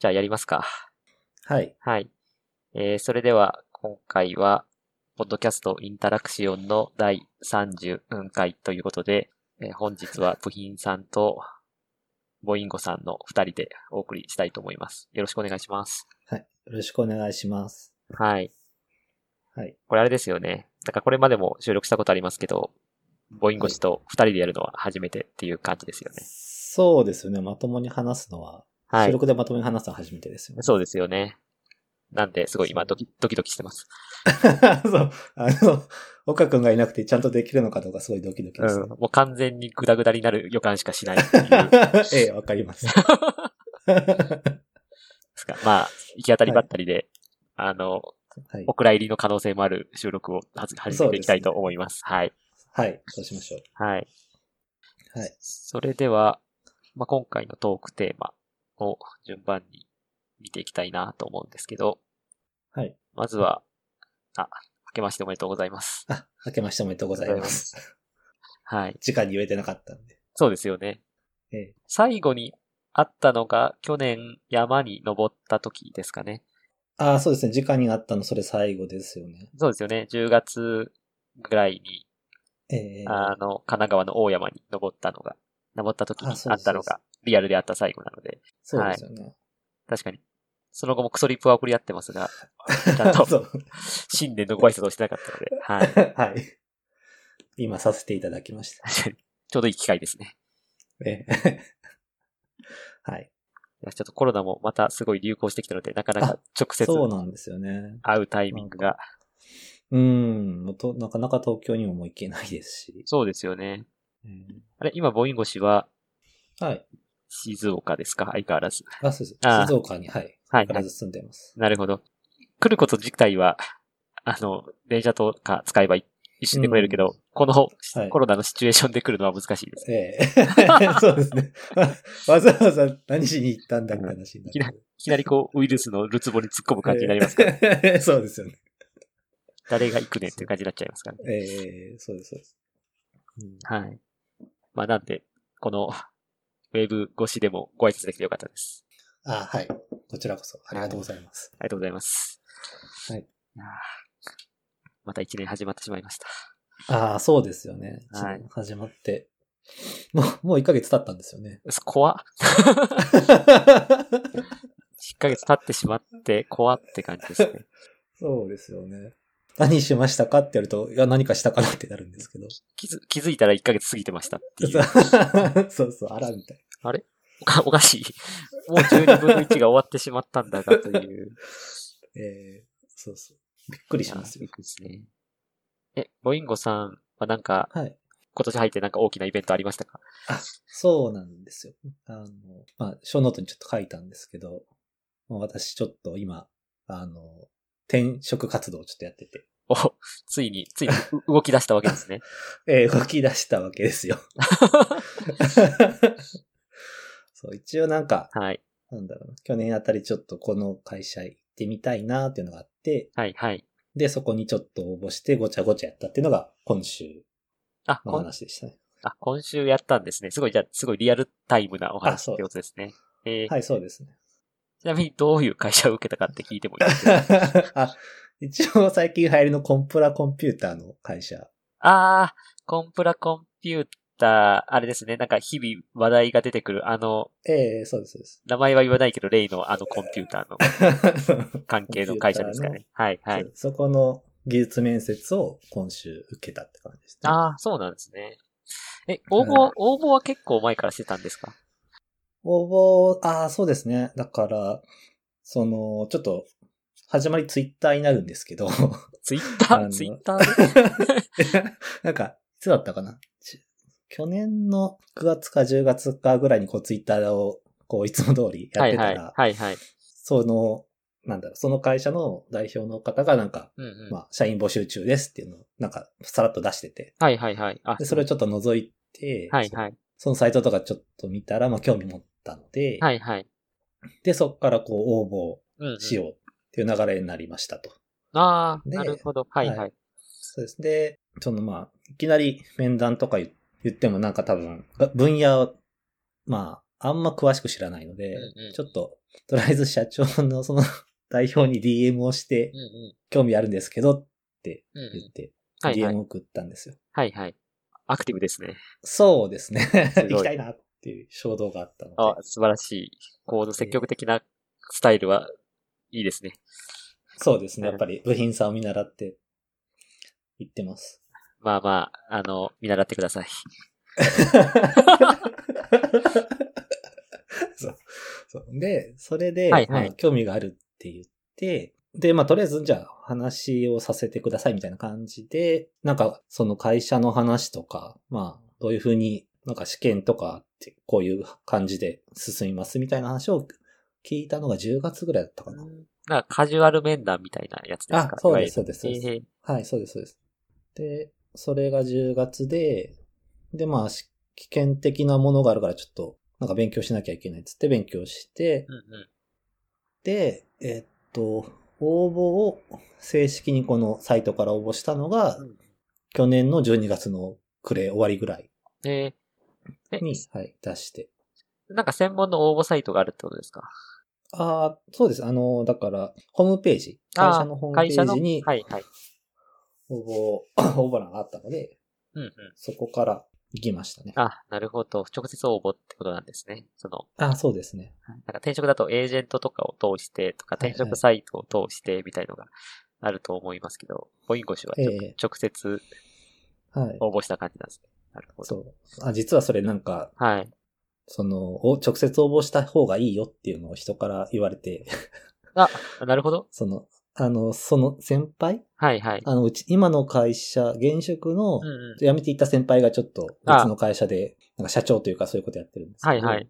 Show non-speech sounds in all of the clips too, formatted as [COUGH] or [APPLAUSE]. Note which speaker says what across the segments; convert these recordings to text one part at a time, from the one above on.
Speaker 1: じゃあやりますか。
Speaker 2: はい。
Speaker 1: はい。えー、それでは、今回は、ポッドキャストインタラクシオンの第30回ということで、えー本日は部品さんと、ボインゴさんの二人でお送りしたいと思います。よろしくお願いします。
Speaker 2: はい。よろしくお願いします。
Speaker 1: はい。
Speaker 2: はい。
Speaker 1: これあれですよね。だからこれまでも収録したことありますけど、ボインゴ氏と二人でやるのは初めてっていう感じですよね。
Speaker 2: そうですよね。まともに話すのは、
Speaker 1: は
Speaker 2: 収
Speaker 1: い。
Speaker 2: 録でまともに話すのは初めてですよね。 [LAUGHS]
Speaker 1: そうですよね。なんで、すごい今ドキ、ドキドキしてます。
Speaker 2: そう。あの、岡くんがいなくてちゃんとできるのかどうかすごいドキドキ
Speaker 1: う
Speaker 2: です
Speaker 1: ん
Speaker 2: ね。。
Speaker 1: もう完全にグダグダになる予感しかしないっていうで
Speaker 2: [LAUGHS] ええ、わかります。は
Speaker 1: すか。まあ、行き当たりばったりで、あの、
Speaker 2: い
Speaker 1: お。蔵入りの可能性もある収録をはじ始めていきたいと思います。はい。
Speaker 2: はい。そうしましょ
Speaker 1: はい。
Speaker 2: う。はい。
Speaker 1: それでは、まあ、今回のトークテーマを順番に見ていきたいなと思うんですけど、
Speaker 2: はい。
Speaker 1: まずは、あ、明けましておめでとうございます。
Speaker 2: あ、明けましておめでとうございます。
Speaker 1: はい。
Speaker 2: 時間に言えてなかったんで。
Speaker 1: そうですよね。
Speaker 2: ええ
Speaker 1: 最後にあったのが、去年山に登った時ですかね。
Speaker 2: ああ、そうですね。時間にあったの、それ最後ですよね。
Speaker 1: そうですよね。10月ぐらいに、
Speaker 2: ええ
Speaker 1: あの、神奈川の大山に登ったのが、登った時に
Speaker 2: あそう
Speaker 1: あ
Speaker 2: で
Speaker 1: っ
Speaker 2: す
Speaker 1: たの
Speaker 2: そう
Speaker 1: が、リアルであった最後なので、
Speaker 2: そうですよね。
Speaker 1: 確かに。その後もクソリップは送り合ってますが、ちゃんと
Speaker 2: [LAUGHS] そう。
Speaker 1: 新年のご挨拶をしてなかったので、はい。 [LAUGHS]
Speaker 2: [LAUGHS] はい。今させていただきました。
Speaker 1: 確かにちょうどいい機会ですね。
Speaker 2: ええはい。
Speaker 1: いやちょっとコロナもまたすごい流行してきたので、なかなか直接
Speaker 2: そうなんですよね。
Speaker 1: 会うタイミングが、
Speaker 2: うん。もうとなかなか東京にももう行けないですし。
Speaker 1: そうですよね。
Speaker 2: うん
Speaker 1: あれ、今、ボインゴ氏は
Speaker 2: はい。
Speaker 1: 静岡ですか相変わらず。
Speaker 2: あ、そうです。
Speaker 1: ああ
Speaker 2: 静岡に、はい。
Speaker 1: はい、
Speaker 2: 必
Speaker 1: はい。
Speaker 2: ず住んでます。
Speaker 1: なるほど。来ること自体は、あの、電車とか使えば一瞬で来れるけど、
Speaker 2: うん
Speaker 1: この、
Speaker 2: はい
Speaker 1: コロナのシチュエーションで来るのは難しいです。
Speaker 2: え [LAUGHS] えそうですね。 [LAUGHS] わざわざ何しに行ったんだって話にな
Speaker 1: い
Speaker 2: る。
Speaker 1: きなり [LAUGHS] いきなりこう、ウイルスのるつぼに突っ込む感じになりますから、
Speaker 2: ええ [LAUGHS] そうですよね。
Speaker 1: [LAUGHS] 誰が行くねんっていう感じになっちゃいますからね。
Speaker 2: ええそうです、そうです。うん
Speaker 1: [LAUGHS] はい。まあなんで、この、ウェブ越しでもご挨拶できてよかったです。
Speaker 2: あ、はい。こちらこそ。ありがとうございます。
Speaker 1: ありがとうございます。
Speaker 2: はい
Speaker 1: やー。また一年始まってしまいました。
Speaker 2: ああ、そうですよね。
Speaker 1: はい
Speaker 2: 始まって。もう、もう1ヶ月経ったんですよね。
Speaker 1: そ怖っ。1ヶ月経ってしまって、怖って感じです [LAUGHS] ね。
Speaker 2: そうですよね。何しましたかってやると、いや、何かしたかなってなるんですけど。
Speaker 1: 気づ気づいたら1ヶ月過ぎてましたっていう。
Speaker 2: [LAUGHS] そうそう、あら、みたい
Speaker 1: おかおかしい。もう12分の1が終わってしまったんだがという。
Speaker 2: [LAUGHS] な。えー、そうそう。びっくりします
Speaker 1: い
Speaker 2: よ
Speaker 1: や。ですね。え、ボインゴさんはなんか、
Speaker 2: はい。
Speaker 1: 今年入ってなんか大きなイベントありましたか [LAUGHS]
Speaker 2: そうなんですよ。あの、まあ、小ノートにちょっと書いたんですけど、もう私ちょっと今、あの、転職活動をちょっとやってて、
Speaker 1: お、ついに、ついにう [LAUGHS] 動き出したわけですね。
Speaker 2: [LAUGHS] えー動き出したわけです [LAUGHS] よ。そう、一応なんか、
Speaker 1: はい。
Speaker 2: なんだろうな、去年あたりちょっとこの会社行ってみたいなっていうのがあって、
Speaker 1: はい、はい。
Speaker 2: で、そこにちょっと応募してごちゃごちゃやったっていうのが今週
Speaker 1: あ、
Speaker 2: の
Speaker 1: こん
Speaker 2: 話でしたね。
Speaker 1: あ、今週やったんですね。すごい、じゃあ、すごいリアルタイムなお
Speaker 2: あ
Speaker 1: 話
Speaker 2: そ
Speaker 1: っ
Speaker 2: う
Speaker 1: てことですね。えー
Speaker 2: はい、そうですね。 [LAUGHS]
Speaker 1: ちなみにどういう会社を受けたかって聞いてもいいですか [LAUGHS]
Speaker 2: あ、一応最近流行りのコンプラコンピューターの会社。
Speaker 1: あー、コンプラコンピューター、あれですね。なんか日々話題が出てくる、あの、
Speaker 2: ええそうです、そうです。
Speaker 1: 名前は言わないけど、例のあのコンピューターの関係の会社ですか
Speaker 2: コン
Speaker 1: ね。 [LAUGHS] はい、はい。
Speaker 2: そこの技術面接を今週受けたって感じですね。
Speaker 1: ああ、そうなんですね。え、応募、応募は結構前からしてたんですか
Speaker 2: 応募、ああ、そうですね。だから、その、ちょっと、始まりツイッターになるんですけど、
Speaker 1: ツイッタ
Speaker 2: あ
Speaker 1: ー
Speaker 2: の
Speaker 1: ツイッ
Speaker 2: [LAUGHS]
Speaker 1: ターで
Speaker 2: なんか、いつだったかなち去年の9月か10月かぐらいにこうツイッターを、こういつも通りやっ
Speaker 1: は
Speaker 2: て
Speaker 1: い
Speaker 2: たら、
Speaker 1: はい。はいはい。
Speaker 2: その、なんだろう、その会社の代表の方がなんか、
Speaker 1: うんうん。
Speaker 2: まあ、社員募集中ですっていうのを、なんか、さらっと出してて、
Speaker 1: はいはいはい。あ、
Speaker 2: で、それをちょっと覗いて、
Speaker 1: はいはい。
Speaker 2: そのサイトとかちょっと見たら、まあ、興味持ったので、
Speaker 1: はいはい。
Speaker 2: で、そこからこう応
Speaker 1: うんうん
Speaker 2: 募しようっていう流れになりましたと。
Speaker 1: ああ、
Speaker 2: で
Speaker 1: なるほど。はいは。
Speaker 2: はいそうです。で、そのまあ、いきなり面談とか言言ってもなんか多分、が分野、まあ、あんま詳しく知らないので、
Speaker 1: うんうん
Speaker 2: ちょっと、とりあえず社長のその代表に DM をして、
Speaker 1: うんうん。
Speaker 2: 興味あるんですけど、
Speaker 1: うんう
Speaker 2: 言っ
Speaker 1: ん。
Speaker 2: て、
Speaker 1: はいはい
Speaker 2: DM を送ったんですよ。
Speaker 1: はいはい。アクティブですね。
Speaker 2: そうですね。
Speaker 1: ごい
Speaker 2: 行きたいなっていう衝動があったので。
Speaker 1: あ、素晴らしい。こう、積極的なスタイルはいいですね。
Speaker 2: そうですね。
Speaker 1: うん
Speaker 2: やっぱり部品さんを見習って、行ってます。
Speaker 1: まあまあ、あの、見習ってください。
Speaker 2: そう。そう。で、それで、
Speaker 1: はいはい
Speaker 2: まあ興味があるって言って、で、まあ、とりあえず、じゃあ、話をさせてくださいみたいな感じで、なんか、その会社の話とか、まあ、どういうふうに、なんか試験とかって、こういう感じで進みますみたいな話を聞いたのが10月ぐらいだったかな。
Speaker 1: なんかカジュアル面談みたいなやつですか
Speaker 2: あそう
Speaker 1: いわ
Speaker 2: です
Speaker 1: ゆる
Speaker 2: そうですそうです
Speaker 1: えー
Speaker 2: はい、そうです、そうです。で、それが10月で、で、まあ、し危険的なものがあるからちょっと、なんか勉強しなきゃいけないっつって勉強して、
Speaker 1: うんうん。
Speaker 2: で、えっと、応募を正式にこのサイトから応募したのが、
Speaker 1: うん
Speaker 2: 去年の12月の暮れ終わりぐらい
Speaker 1: えーえ
Speaker 2: に、はい、出して。
Speaker 1: なんか専門の応募サイトがあるってことですか
Speaker 2: ああ、そうです。あの、だから、ホームページ、
Speaker 1: あー
Speaker 2: 会社のホーム
Speaker 1: 会
Speaker 2: ペ
Speaker 1: 社
Speaker 2: ー
Speaker 1: の
Speaker 2: ジに
Speaker 1: はいはい。
Speaker 2: 応募、応募欄があったので、
Speaker 1: うんうん。
Speaker 2: そこから行きましたね。
Speaker 1: あ、なるほど。直接応募ってことなんですね。その、
Speaker 2: ああ、そうですね。
Speaker 1: なんか転職だとエージェントとかを通してとか、
Speaker 2: はいはい
Speaker 1: 転職サイトを通してみたいのがあると思いますけど、ボインゴ氏は直,、
Speaker 2: ええ
Speaker 1: 直接
Speaker 2: はい。
Speaker 1: 応募した感じなんですね。なるほど。
Speaker 2: そう。あ、実はそれなんか、
Speaker 1: はい。
Speaker 2: その、お直接応募した方がいいよっていうのを人から言われて、
Speaker 1: あ、なるほど。
Speaker 2: その、あの、その先輩
Speaker 1: はいはい。
Speaker 2: あの、うち、今の会社、現職の
Speaker 1: うん、うん。
Speaker 2: 辞めていった先輩がちょっと別の会社で、なんか社長というかそういうことやってるんですけど、
Speaker 1: はいはい。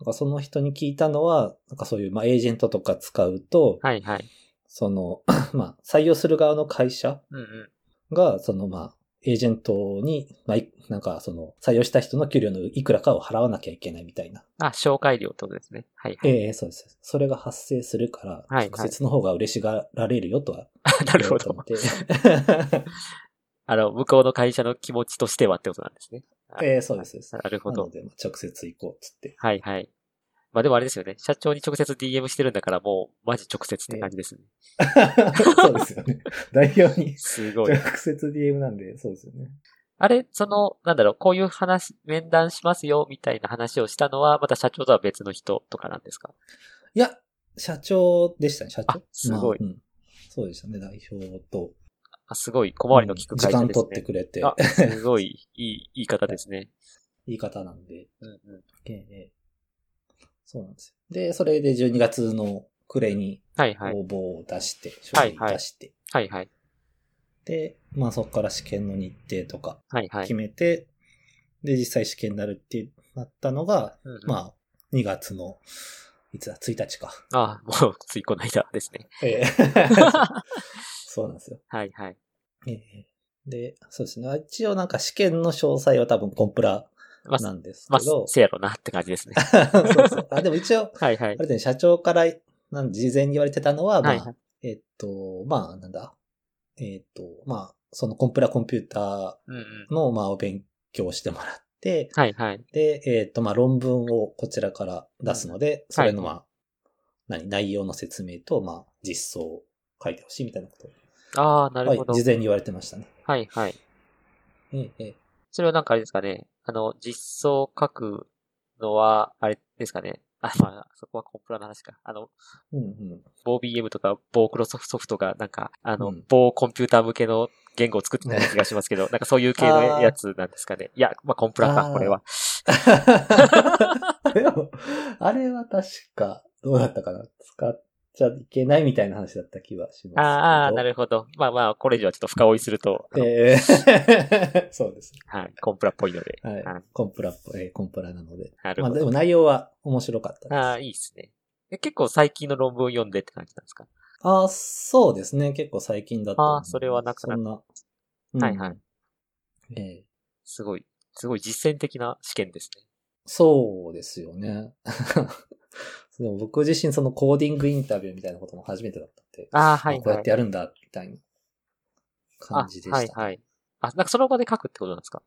Speaker 2: なんかその人に聞いたのは、なんかそういう、まあ、エージェントとか使うと、
Speaker 1: はいはい。
Speaker 2: その、 [COUGHS] まあ、採用する側の会社
Speaker 1: うんうん。
Speaker 2: が、その、まあ、エージェントに、まあ、いなんか、その、採用した人の給料のいくらかを払わなきゃいけないみたいな
Speaker 1: あ、紹介料ってことですね。はいはい。
Speaker 2: ええそうです。それが発生するから、
Speaker 1: はい
Speaker 2: 直接の方が嬉しがられるよとは
Speaker 1: [LAUGHS] なるほ
Speaker 2: 言
Speaker 1: ど
Speaker 2: わ。れたので。
Speaker 1: あの、向こうの会社の気持ちとしてはってことなんですね。あ
Speaker 2: [LAUGHS] ええそうですそうです。
Speaker 1: なるほ
Speaker 2: な
Speaker 1: ど
Speaker 2: の。で、まあ直接行こうっつって。 [LAUGHS]
Speaker 1: はいはい。まあでもあれですよね。社長に直接 DM してるんだからもう、マジ直接って感じですね。
Speaker 2: そうです [LAUGHS] よね。代表に
Speaker 1: すごい
Speaker 2: 直。接 DM なんで、そうですよね。
Speaker 1: [LAUGHS] あれ、その、なんだろう、こういう話、面談しますよ、みたいな話をしたのは、また社長とは別の人とかなんですか
Speaker 2: いや、社長でしたね、社
Speaker 1: あ
Speaker 2: 長。
Speaker 1: すごい
Speaker 2: まあうんそうでしたね、代表と。
Speaker 1: あすごい、小回りの利く会社
Speaker 2: 時
Speaker 1: ですね。
Speaker 2: 間取ってくれて、
Speaker 1: あ、すごい、いい、いい方ですね。
Speaker 2: 言い方なんで。
Speaker 1: うんうん。
Speaker 2: ええそうなんですよ。で、それで12月の暮れに
Speaker 1: はいはい。
Speaker 2: 応募を出して、
Speaker 1: はい
Speaker 2: 書類出して、
Speaker 1: はいはい。
Speaker 2: で、まあそこから試験の日程とか
Speaker 1: はいは
Speaker 2: 決
Speaker 1: い。
Speaker 2: めて、で、実際試験になるってなったのが、
Speaker 1: うんうん
Speaker 2: まあ2月の、いつだ、1日
Speaker 1: [LAUGHS]
Speaker 2: か。
Speaker 1: あ、もう、ついこの間です
Speaker 2: [LAUGHS]
Speaker 1: ね。
Speaker 2: ええそうなんですよ。
Speaker 1: はいはい。
Speaker 2: ええで、そうですね。一応なんか試験の詳細は多分コンプラ
Speaker 1: ま
Speaker 2: な
Speaker 1: あ、
Speaker 2: んです [LAUGHS]
Speaker 1: まあ
Speaker 2: けど、、
Speaker 1: せやろなって感じですね。
Speaker 2: そうそう。あ、でも一応、あ
Speaker 1: はいはい。
Speaker 2: れですね、社長からなん事前に言われてたのは、まあ、
Speaker 1: はいはい
Speaker 2: えっと、まあなんだ、えっと、まあ、そのコンプラコンピュータ
Speaker 1: う
Speaker 2: ー
Speaker 1: んうん。
Speaker 2: の、まあ、お勉強してもらって、
Speaker 1: はいはい。
Speaker 2: で、えっ、と、まあ、論文をこちらから出すので、それの、まあ、何、内容の説明と、まあ、実装を書いてほしいみたいなこと
Speaker 1: ああ、な
Speaker 2: は
Speaker 1: る
Speaker 2: い
Speaker 1: ほど。
Speaker 2: 事前に言われてましたね。
Speaker 1: はいはい。
Speaker 2: ええええ
Speaker 1: それはなんかあれですかね。あの、実装書くのは、あれですかね。あ、まあ、そこはコンプラの話か。あの、
Speaker 2: う
Speaker 1: [LAUGHS]
Speaker 2: んうん。
Speaker 1: 某 BM とか某クロソフトが、なんか、あの、
Speaker 2: うん
Speaker 1: 某コンピューター向けの言語を作ってた気がしますけど、なんかそういう系のやつなんですかね。いや、まあ、コンプラ
Speaker 2: あ
Speaker 1: か、
Speaker 2: ー
Speaker 1: これは。
Speaker 2: でも、あれは確か、どうだったかな使っちゃいけないみたいな話だった気はしますけど。
Speaker 1: あーあー、なるほど。まあまあ、これ以上はちょっと深追いすると、あの
Speaker 2: え [LAUGHS] えそうですね。
Speaker 1: はい、コンプラっぽいので。
Speaker 2: はい
Speaker 1: はい。
Speaker 2: コンプラっぽい、ええコンプラなので。
Speaker 1: なる
Speaker 2: ま
Speaker 1: ほ
Speaker 2: あ、
Speaker 1: ど。
Speaker 2: でも内容は面白かったです。
Speaker 1: ああ、いいですね。え結構最近の論文を読んでって感じなんですか
Speaker 2: あそうですね。結構最近だった。
Speaker 1: あーそれはなかなか
Speaker 2: そんな。。
Speaker 1: はいはい
Speaker 2: ええ
Speaker 1: すごい、すごい実践的な試験ですね。
Speaker 2: そうですよね。 [LAUGHS] でも僕自身そのコーディングインタビューみたいなことも初めてだったんで、
Speaker 1: ああ、はい、
Speaker 2: こう
Speaker 1: は
Speaker 2: やっ
Speaker 1: い
Speaker 2: て。やるんだ、みたいな感じでした。
Speaker 1: あはいはい。あ、なんかその場で書くってことなんですか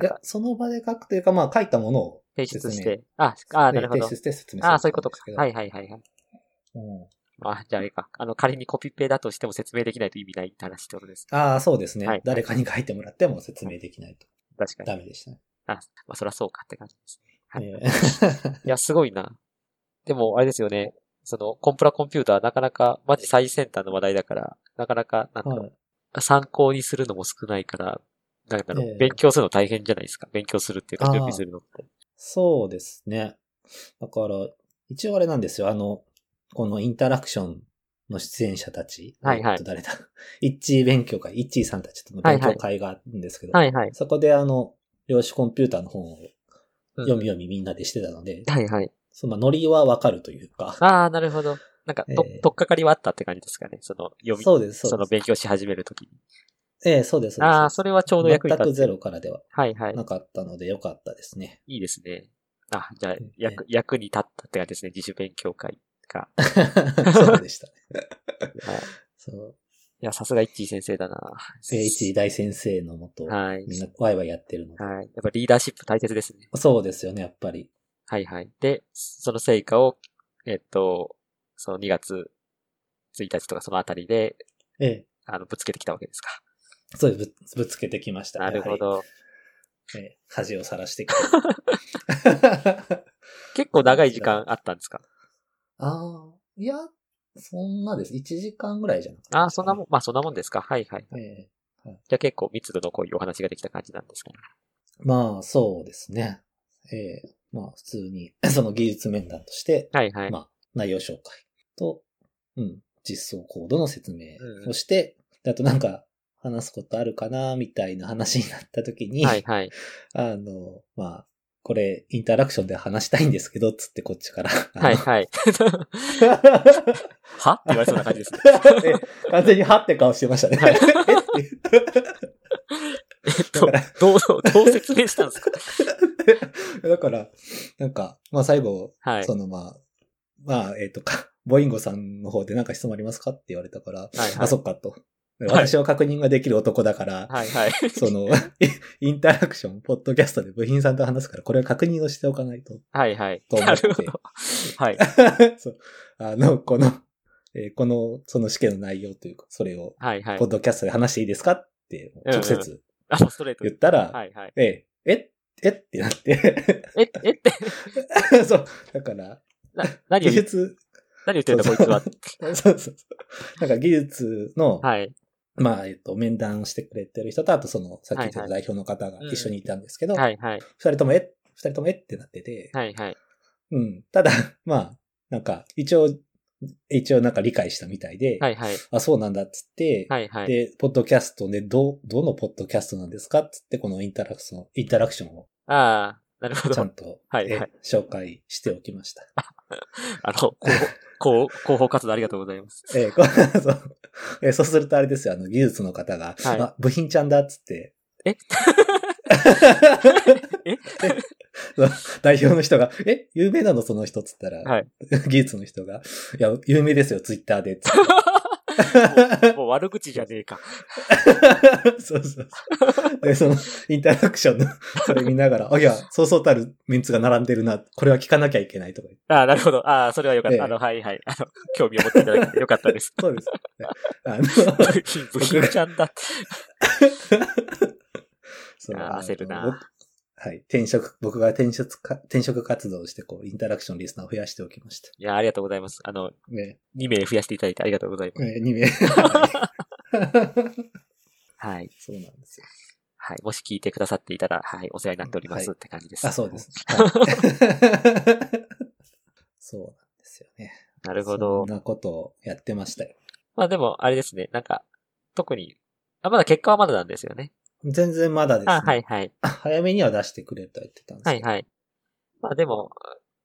Speaker 2: いや、その場で書くというか、まあ書いたものを
Speaker 1: 提出し
Speaker 2: 説
Speaker 1: て。あ、あーな
Speaker 2: 明、
Speaker 1: るほ
Speaker 2: ね
Speaker 1: ど
Speaker 2: 提。出して説明する。
Speaker 1: ああ、そういうことか。はいいはいはいはい。
Speaker 2: うん
Speaker 1: あ、じゃああれか。あの、仮にコピペだとしても説明できないと意味ないって話ってことです。
Speaker 2: ああ、そうですね、
Speaker 1: はい
Speaker 2: 誰かに書いてもらっても説明できないと
Speaker 1: 確かに。
Speaker 2: ダメでしたね。
Speaker 1: あ、まあ、そらそうかって感じです。はい
Speaker 2: え [LAUGHS] ー
Speaker 1: いや、すごいな。でも、あれですよね。その、コンプラコンピューター、なかなか、マジ最先端の話題だから、なかなか、なんだろう
Speaker 2: はい
Speaker 1: 参考にするのも少ないから、なんだろう、
Speaker 2: ええ
Speaker 1: 勉強するの大変じゃないですか。勉強するっていうか
Speaker 2: あ、ー
Speaker 1: 準備するのって。
Speaker 2: そうですね。だから、一応あれなんですよ。あの、このインタラクションの出演者たち。
Speaker 1: はいはい
Speaker 2: えっと誰だ [LAUGHS] 一致勉強会、一致さんたちとの
Speaker 1: はい
Speaker 2: 勉
Speaker 1: はい
Speaker 2: 強会があるんですけど、
Speaker 1: はいはい。
Speaker 2: そこであの、量子コンピューターの本を
Speaker 1: うん
Speaker 2: 読み読みみんなでしてたので、
Speaker 1: はいはい。
Speaker 2: そのノリはわかるというか、
Speaker 1: ああ、なるほど。なんか、と、
Speaker 2: ええ
Speaker 1: とっかかりはあったって感じですかね。その、読み、
Speaker 2: そうです、そ
Speaker 1: そう
Speaker 2: で
Speaker 1: の
Speaker 2: す。
Speaker 1: 勉強し始めるときに。
Speaker 2: ええ、そうです、そうです。
Speaker 1: ああ、それはちょうど役に
Speaker 2: 全
Speaker 1: 立
Speaker 2: く
Speaker 1: つ。
Speaker 2: ゼロからでは
Speaker 1: はいはい。
Speaker 2: なかったのでよかったですね。 [LAUGHS]
Speaker 1: いいですね。あ、じゃあ
Speaker 2: え、
Speaker 1: 役、役に立ったって感じですね。自主勉強会
Speaker 2: [LAUGHS]
Speaker 1: が。
Speaker 2: そうでしたね。
Speaker 1: はい、い [LAUGHS]
Speaker 2: そう。
Speaker 1: や、さすがイッチー先生だな。
Speaker 2: ええ一致大先生のもと、
Speaker 1: はい。
Speaker 2: みんなワイワイやってるので。
Speaker 1: はい。やっぱリーダーシップ大切ですね。
Speaker 2: そうですよね、やっぱり。
Speaker 1: はいはい。で、その成果を、えっと、その2月1日とかそのあたりで、
Speaker 2: ええ。
Speaker 1: あの、ぶつけてきたわけですか。
Speaker 2: そうぶ、ぶつけてきました、
Speaker 1: なるほ
Speaker 2: やは
Speaker 1: ど。
Speaker 2: り。ええ恥をさらしてきた。
Speaker 1: 結構長い時間あったんですか
Speaker 2: [LAUGHS] ああ、いや、そんなです。1時間ぐらいじゃなかったですかね、
Speaker 1: ああ、そんなもん、まあそんなもんですか。はいはい。
Speaker 2: ええ
Speaker 1: じゃあ結構密度の濃いお話ができた感じなんですかね。
Speaker 2: まあ、そうですね。ええまあ、普通に、 [LAUGHS] その技術面談として、
Speaker 1: はいはい。
Speaker 2: まあ、内容紹介と、うん、実装コードの説明をして、であとなんか、話すことあるかな、みたいな話になった時に、
Speaker 1: はいはい。
Speaker 2: あの、まあ、これ、インタラクションで話したいんですけど、つってこっちから。
Speaker 1: はい
Speaker 2: [LAUGHS]
Speaker 1: はい。はって言われそうな感じですね。
Speaker 2: え完全にはって顔してましたね。
Speaker 1: はい
Speaker 2: えって
Speaker 1: えっと、どう、どう説明したんですか
Speaker 2: だから、なんか、まあ最後、
Speaker 1: はい。
Speaker 2: そのまあ、まあ、えっ、とか、ボインゴさんの方でなんか質問ありますかって言われたから、
Speaker 1: はいはい
Speaker 2: あ、そっかと。私は確認ができる男だから、
Speaker 1: はいはい。
Speaker 2: その、インタラクション、ポッドキャストで部品さんと話すから、これは確認をしておかないと。
Speaker 1: はいはい。
Speaker 2: と思
Speaker 1: な
Speaker 2: って
Speaker 1: るほど。はい。
Speaker 2: [LAUGHS] そう。あの、この、 [LAUGHS] えーこの、その試験の内容というか、それを、
Speaker 1: はいはい
Speaker 2: ポッ。ドキャストで話していいですかって、
Speaker 1: んうん
Speaker 2: 直接
Speaker 1: あ、ストレート
Speaker 2: 言っ
Speaker 1: に。
Speaker 2: たら、
Speaker 1: はいはい。
Speaker 2: ええ、え、えってなって、 [LAUGHS]
Speaker 1: え、えって、
Speaker 2: そう。だから、
Speaker 1: な、何を言
Speaker 2: 技
Speaker 1: う、
Speaker 2: 術、
Speaker 1: 何を言ってるんだこいつは。
Speaker 2: そうそうそう。なんか技術の、 [LAUGHS]
Speaker 1: はい。
Speaker 2: まあ、えっと、面談をしてくれてる人と、あとその、さっき言ってた代表の方
Speaker 1: は
Speaker 2: が
Speaker 1: いはい
Speaker 2: 一緒にいたんですけど、
Speaker 1: はいはい。
Speaker 2: 二人ともえ、二人ともえってなってて、
Speaker 1: はいはい。
Speaker 2: うん。ただ、まあ、なんか、一応、一応なんか理解したみたいで、
Speaker 1: はいはい。
Speaker 2: あ、そうなんだっつって、
Speaker 1: はいはい。
Speaker 2: で、ポッドキャストで、ど、どのポッドキャストなんですかっつって、このインタラクション、インタラクションを
Speaker 1: ああ、なるほ
Speaker 2: ちゃん
Speaker 1: ど。
Speaker 2: と、
Speaker 1: はいはい
Speaker 2: え紹介しておきました。
Speaker 1: あの、広報、広報活動ありがとうござい
Speaker 2: [LAUGHS]
Speaker 1: ます。
Speaker 2: えーこそうえーそうするとあれですよ、あの、技術の方が、
Speaker 1: はい
Speaker 2: あ、部品ちゃんだっつって、 [LAUGHS]
Speaker 1: ええ [LAUGHS]
Speaker 2: そう代表の人が、え、有名なのその人っつったら、
Speaker 1: はい
Speaker 2: [LAUGHS] 技術の人が、いや、有名ですよ、ツイッターでっ
Speaker 1: [LAUGHS]
Speaker 2: つって。
Speaker 1: もう悪口じゃねえか。
Speaker 2: [LAUGHS] そうそうそう。で、その、インタラクションの、それ見な
Speaker 1: [LAUGHS]
Speaker 2: がら、あ、いや、そうそうたるメンツが並んでるな、これは聞かなきゃいけないとか言って。
Speaker 1: ああ、なるほど。ああ、それはよかっ
Speaker 2: ええ
Speaker 1: た。あの、はいはい。あの、興味を持っていただいてよかった
Speaker 2: [LAUGHS]
Speaker 1: です。
Speaker 2: そうです。あの、 [LAUGHS]
Speaker 1: 部品ちゃんだって。
Speaker 2: そう
Speaker 1: あー
Speaker 2: あの
Speaker 1: 焦るな
Speaker 2: 僕はい。転職、僕が転職か、転職活動をして、こう、インタラクションリスナーを増やしておきました。
Speaker 1: いや、ありがとうございます。あの、
Speaker 2: ね、
Speaker 1: 2名増やしていただいてありがとうございます。
Speaker 2: ね2名。はい [LAUGHS]
Speaker 1: はい。
Speaker 2: そうなんですよ。
Speaker 1: はい。もし聞いてくださっていたら、はい、お世話になっております
Speaker 2: は
Speaker 1: って感じです。
Speaker 2: あ、そうで。す。はい [LAUGHS] そうなんですよね。
Speaker 1: なるほど
Speaker 2: そん。なことをやってましたよ。
Speaker 1: まあでも、あれですね。なんか、特に、あ、まだ結果はまだなんですよね。
Speaker 2: 全然まだですね。
Speaker 1: あ、はいはい。
Speaker 2: 早めには出してくれとは言ってたんです
Speaker 1: は
Speaker 2: け
Speaker 1: い
Speaker 2: ど。
Speaker 1: はい。まあでも、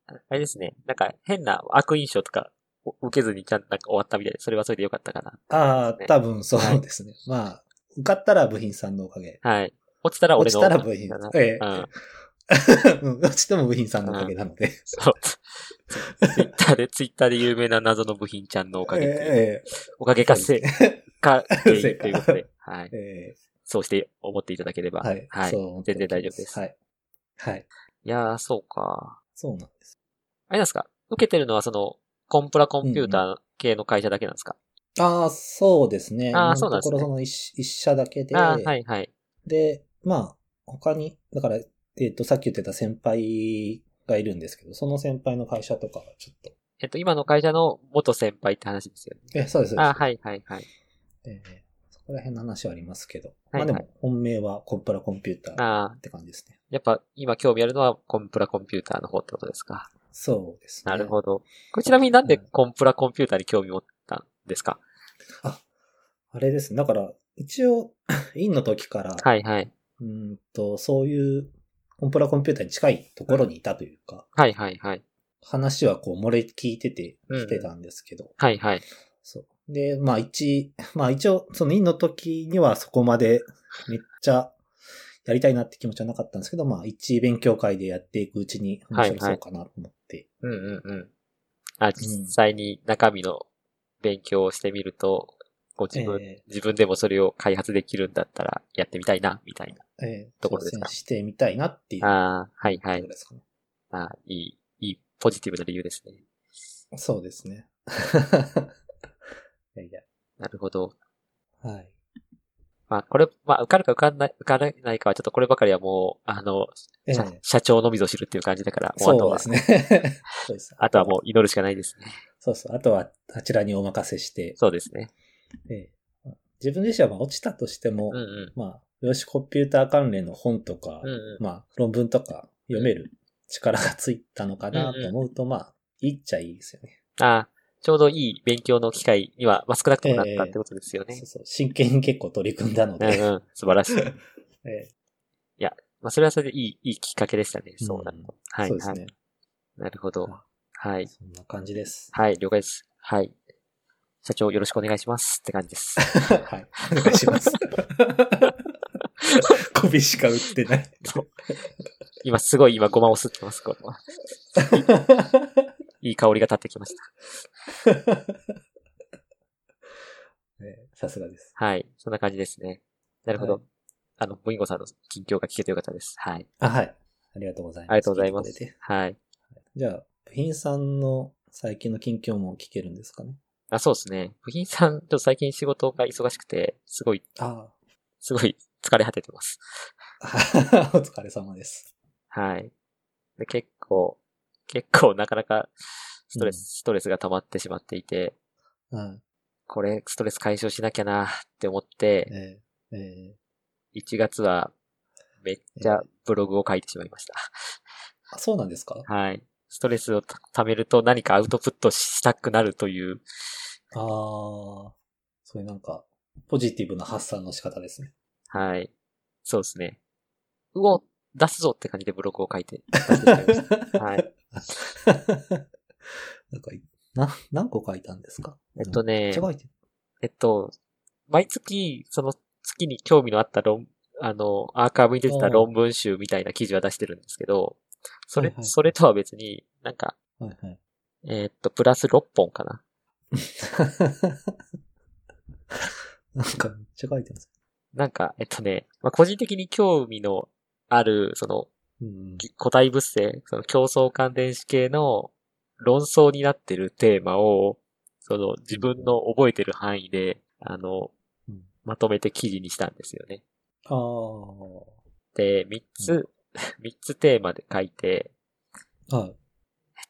Speaker 1: ああれですね。なんか変な悪印象とかを受けずにちゃんとなんか終わったみたいで、それはそれでよかったかな。
Speaker 2: ああ、
Speaker 1: ね
Speaker 2: 多分そうですね。まあ、受かったら部品さんのおかげ。
Speaker 1: はい。落ちたら
Speaker 2: 落
Speaker 1: 俺
Speaker 2: ち
Speaker 1: の。
Speaker 2: たら部品
Speaker 1: だな。
Speaker 2: ええ
Speaker 1: うん。
Speaker 2: [LAUGHS] うん落ちても部品さんのおかげなので。
Speaker 1: そう。ツイッターで、ツイッターで有名な謎の部品ちゃんのおかげっていう
Speaker 2: ええ
Speaker 1: おかげか
Speaker 2: そう
Speaker 1: せ
Speaker 2: で、 [LAUGHS]
Speaker 1: か、ということで。はい。
Speaker 2: ええ
Speaker 1: そうして思っていただければ。
Speaker 2: はい。
Speaker 1: はい。
Speaker 2: そう
Speaker 1: い
Speaker 2: 思って
Speaker 1: 全然大丈夫です
Speaker 2: はい。はい。
Speaker 1: やー、そうか。
Speaker 2: そうなんです。
Speaker 1: あれなんですか受けてるのはその、コンプラコンピューター系の会社だけなんですか、
Speaker 2: ああ、そうですね。
Speaker 1: あー
Speaker 2: 今の
Speaker 1: そうなんですね
Speaker 2: ところその一一社だけで、
Speaker 1: ああ、はいはい。
Speaker 2: で、まあ、他に、だから、えっ、と、さっき言ってた先輩がいるんですけど、その先輩の会社とかはちょっと、
Speaker 1: えっと、今の会社の元先輩って話ですよね。
Speaker 2: え、そうです、そうです
Speaker 1: ああ、はいはいはい。
Speaker 2: えーそこら辺の話はありますけど、
Speaker 1: はいはい
Speaker 2: まあでも、本命はコンプラコンピューターっ
Speaker 1: ああ、
Speaker 2: て感じですね。
Speaker 1: やっぱ今興味あるのはコンプラコンピューターの方ってことですか。
Speaker 2: そうですね。
Speaker 1: なるほど。これちなみになんでコンプラコンピューターに興味持ったんですか、
Speaker 2: あれですね。だから、一応、 [LAUGHS] 院の時から、
Speaker 1: はいはい。
Speaker 2: うーんと、そういう、コンプラコンピューターに近いところにいたというか、
Speaker 1: はいはいはい。
Speaker 2: 話はこう漏れ聞いてて
Speaker 1: うん
Speaker 2: きてたんですけど、
Speaker 1: はいはい。
Speaker 2: そう。で、まあ一、まあ一応、その院の時にはそこ
Speaker 1: [LAUGHS]
Speaker 2: までめっちゃやりたいなって気持ちはなかったんですけど、まあ一勉強会でやっていくうちに面白そうかなと思って、
Speaker 1: うんうんうん。あ、実際に中身の勉強をしてみると、ご自分、
Speaker 2: え
Speaker 1: 自分でもそれを開発できるんだったらやってみたいな、みたい
Speaker 2: ーえー
Speaker 1: ところです
Speaker 2: 挑
Speaker 1: か
Speaker 2: 戦してみたいなっていう
Speaker 1: な。ああ、はいは
Speaker 2: とこ
Speaker 1: い
Speaker 2: ろ。ですかね。
Speaker 1: あーいい、いい、ポジティブな理由ですね。
Speaker 2: そうですね。 [LAUGHS] いやいや。
Speaker 1: なるほど。
Speaker 2: はい。
Speaker 1: まあ、これ、まあ、受かるか受かんない、受からないかは、ちょっとこればかりはもう、あの、
Speaker 2: え
Speaker 1: 社
Speaker 2: え
Speaker 1: 社長のみぞ知るっていう感じだから、もうあと
Speaker 2: そう
Speaker 1: は
Speaker 2: で、すね。そうです。
Speaker 1: あとはもう祈るしかないですね。
Speaker 2: そうそう。あとは、あちらにお任せして、
Speaker 1: そうですね。
Speaker 2: ええ自分自身はまあ落ちたとしても、
Speaker 1: うんうん。
Speaker 2: まあ、量子コンピューター関連の本とか、
Speaker 1: うんうん。
Speaker 2: まあ、論文とか読める力がついたのかなと思うと、まあ、いいっちゃいいですよね。
Speaker 1: ああ、ちょうどいい勉強の機会には、まあ、少なくともなったってことですよね
Speaker 2: そう。そう。真剣に結構取り組んだので、
Speaker 1: うんうん。 [LAUGHS] 素晴らしい。
Speaker 2: [LAUGHS] え
Speaker 1: まあ、それはそれでいい、いいきっかけでしたね。
Speaker 2: うん
Speaker 1: そうなると。
Speaker 2: え
Speaker 1: はい、
Speaker 2: そうです
Speaker 1: はい。
Speaker 2: ね。
Speaker 1: なるほど。はい。
Speaker 2: そんな感じです。
Speaker 1: はい、了解です。はい。社長よろしくお願いしますって感じです。 [LAUGHS]
Speaker 2: はい。お願いします。コビしか売ってない。
Speaker 1: 今すごい今ごまを吸ってます、これは。いい香りが立ってきました。
Speaker 2: [LAUGHS] ねさすがです。
Speaker 1: はい。そんな感じですね。なるほど。
Speaker 2: はい
Speaker 1: あの、ボインゴさんの近況が聞けてよかったです。はい。
Speaker 2: あ、はい。ありがとうございます。
Speaker 1: ありがとうございま
Speaker 2: 聞てくれ
Speaker 1: す
Speaker 2: て。
Speaker 1: はい。
Speaker 2: じゃあ、部品さんの最近の近況も聞けるんですかね。
Speaker 1: あ、そうですね。部品さん、ちょっと最近仕事が忙しくて、すごい、
Speaker 2: あ
Speaker 1: すごい疲れ果ててます。
Speaker 2: あ。お疲れ様です。
Speaker 1: はい。で結構、結構なかなかストレス、
Speaker 2: うん
Speaker 1: ストレスが溜まってしまっていて、
Speaker 2: うん。
Speaker 1: これ、ストレス解消しなきゃなって思って、
Speaker 2: ええええ
Speaker 1: 1月はめっちゃブログを書いてしまいました。
Speaker 2: あ、そうなんですか
Speaker 1: はい。ストレスをた溜めると何かアウトプットしたくなるという、
Speaker 2: ああ、そういうなんか、ポジティブな発散の仕方ですね。
Speaker 1: はい。そうですね。うお、出すぞって感じでブログを書いて。
Speaker 2: [LAUGHS]
Speaker 1: はい。
Speaker 2: なんか、な、何個書いたんですか
Speaker 1: えっと
Speaker 2: めっ
Speaker 1: ね
Speaker 2: ちゃ、書いてる。
Speaker 1: えっと、毎月、その月に興味のあった論、あの、アーカイブに出てた論文集みたいな記事は出してるんですけど、それ、
Speaker 2: はいはい
Speaker 1: それとは別に、なんか、
Speaker 2: はいはい。 [LAUGHS]
Speaker 1: えーっと、プラス6本かな。
Speaker 2: なんかめっちゃ書いてます。
Speaker 1: なんか、えっとね、まあ、個人的に興味のある、その、
Speaker 2: うん。
Speaker 1: 個体物性、その競争関連子系の論争になってるテーマを、その自分の覚えてる範囲で、あの、
Speaker 2: うん
Speaker 1: まとめて記事にしたんですよね。
Speaker 2: ああ
Speaker 1: で、3つ、 [LAUGHS] 三つテーマで書いて、
Speaker 2: はい。
Speaker 1: えっ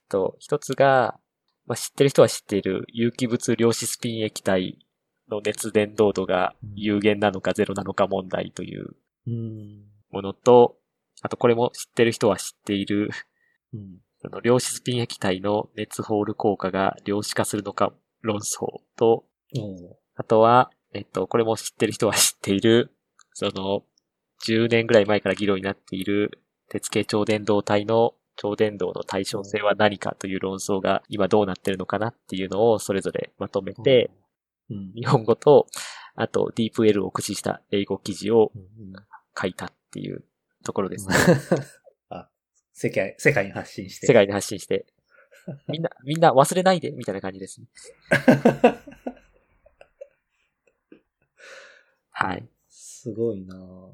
Speaker 1: と、1つが、まあ、知ってる人は知っている有機物量子スピン液体の熱伝導度が有限なのかゼロなのか問題という
Speaker 2: うん。
Speaker 1: ものと、あとこれも知ってる人は知っている
Speaker 2: うん。
Speaker 1: その量子スピン液体の熱ホール効果が量子化するのか論争と、
Speaker 2: おー
Speaker 1: あとは、えっと、これも知ってる人は知っている、その、10年ぐらい前から議論になっている、鉄系超伝導体の超伝導の対称性は何かという論争が今どうなってるのかなっていうのをそれぞれまとめて、、
Speaker 2: うん。
Speaker 1: 日本語と、あと DeepL を駆使した英語記事を
Speaker 2: うんうん
Speaker 1: 書いたっていうところですね。
Speaker 2: [LAUGHS] あ、世界、世界に発信して。
Speaker 1: 世界に発信して。みん
Speaker 2: [LAUGHS]
Speaker 1: な、みんな忘れないで、みたいな感じですね。はい。
Speaker 2: すすごいな [LAUGHS]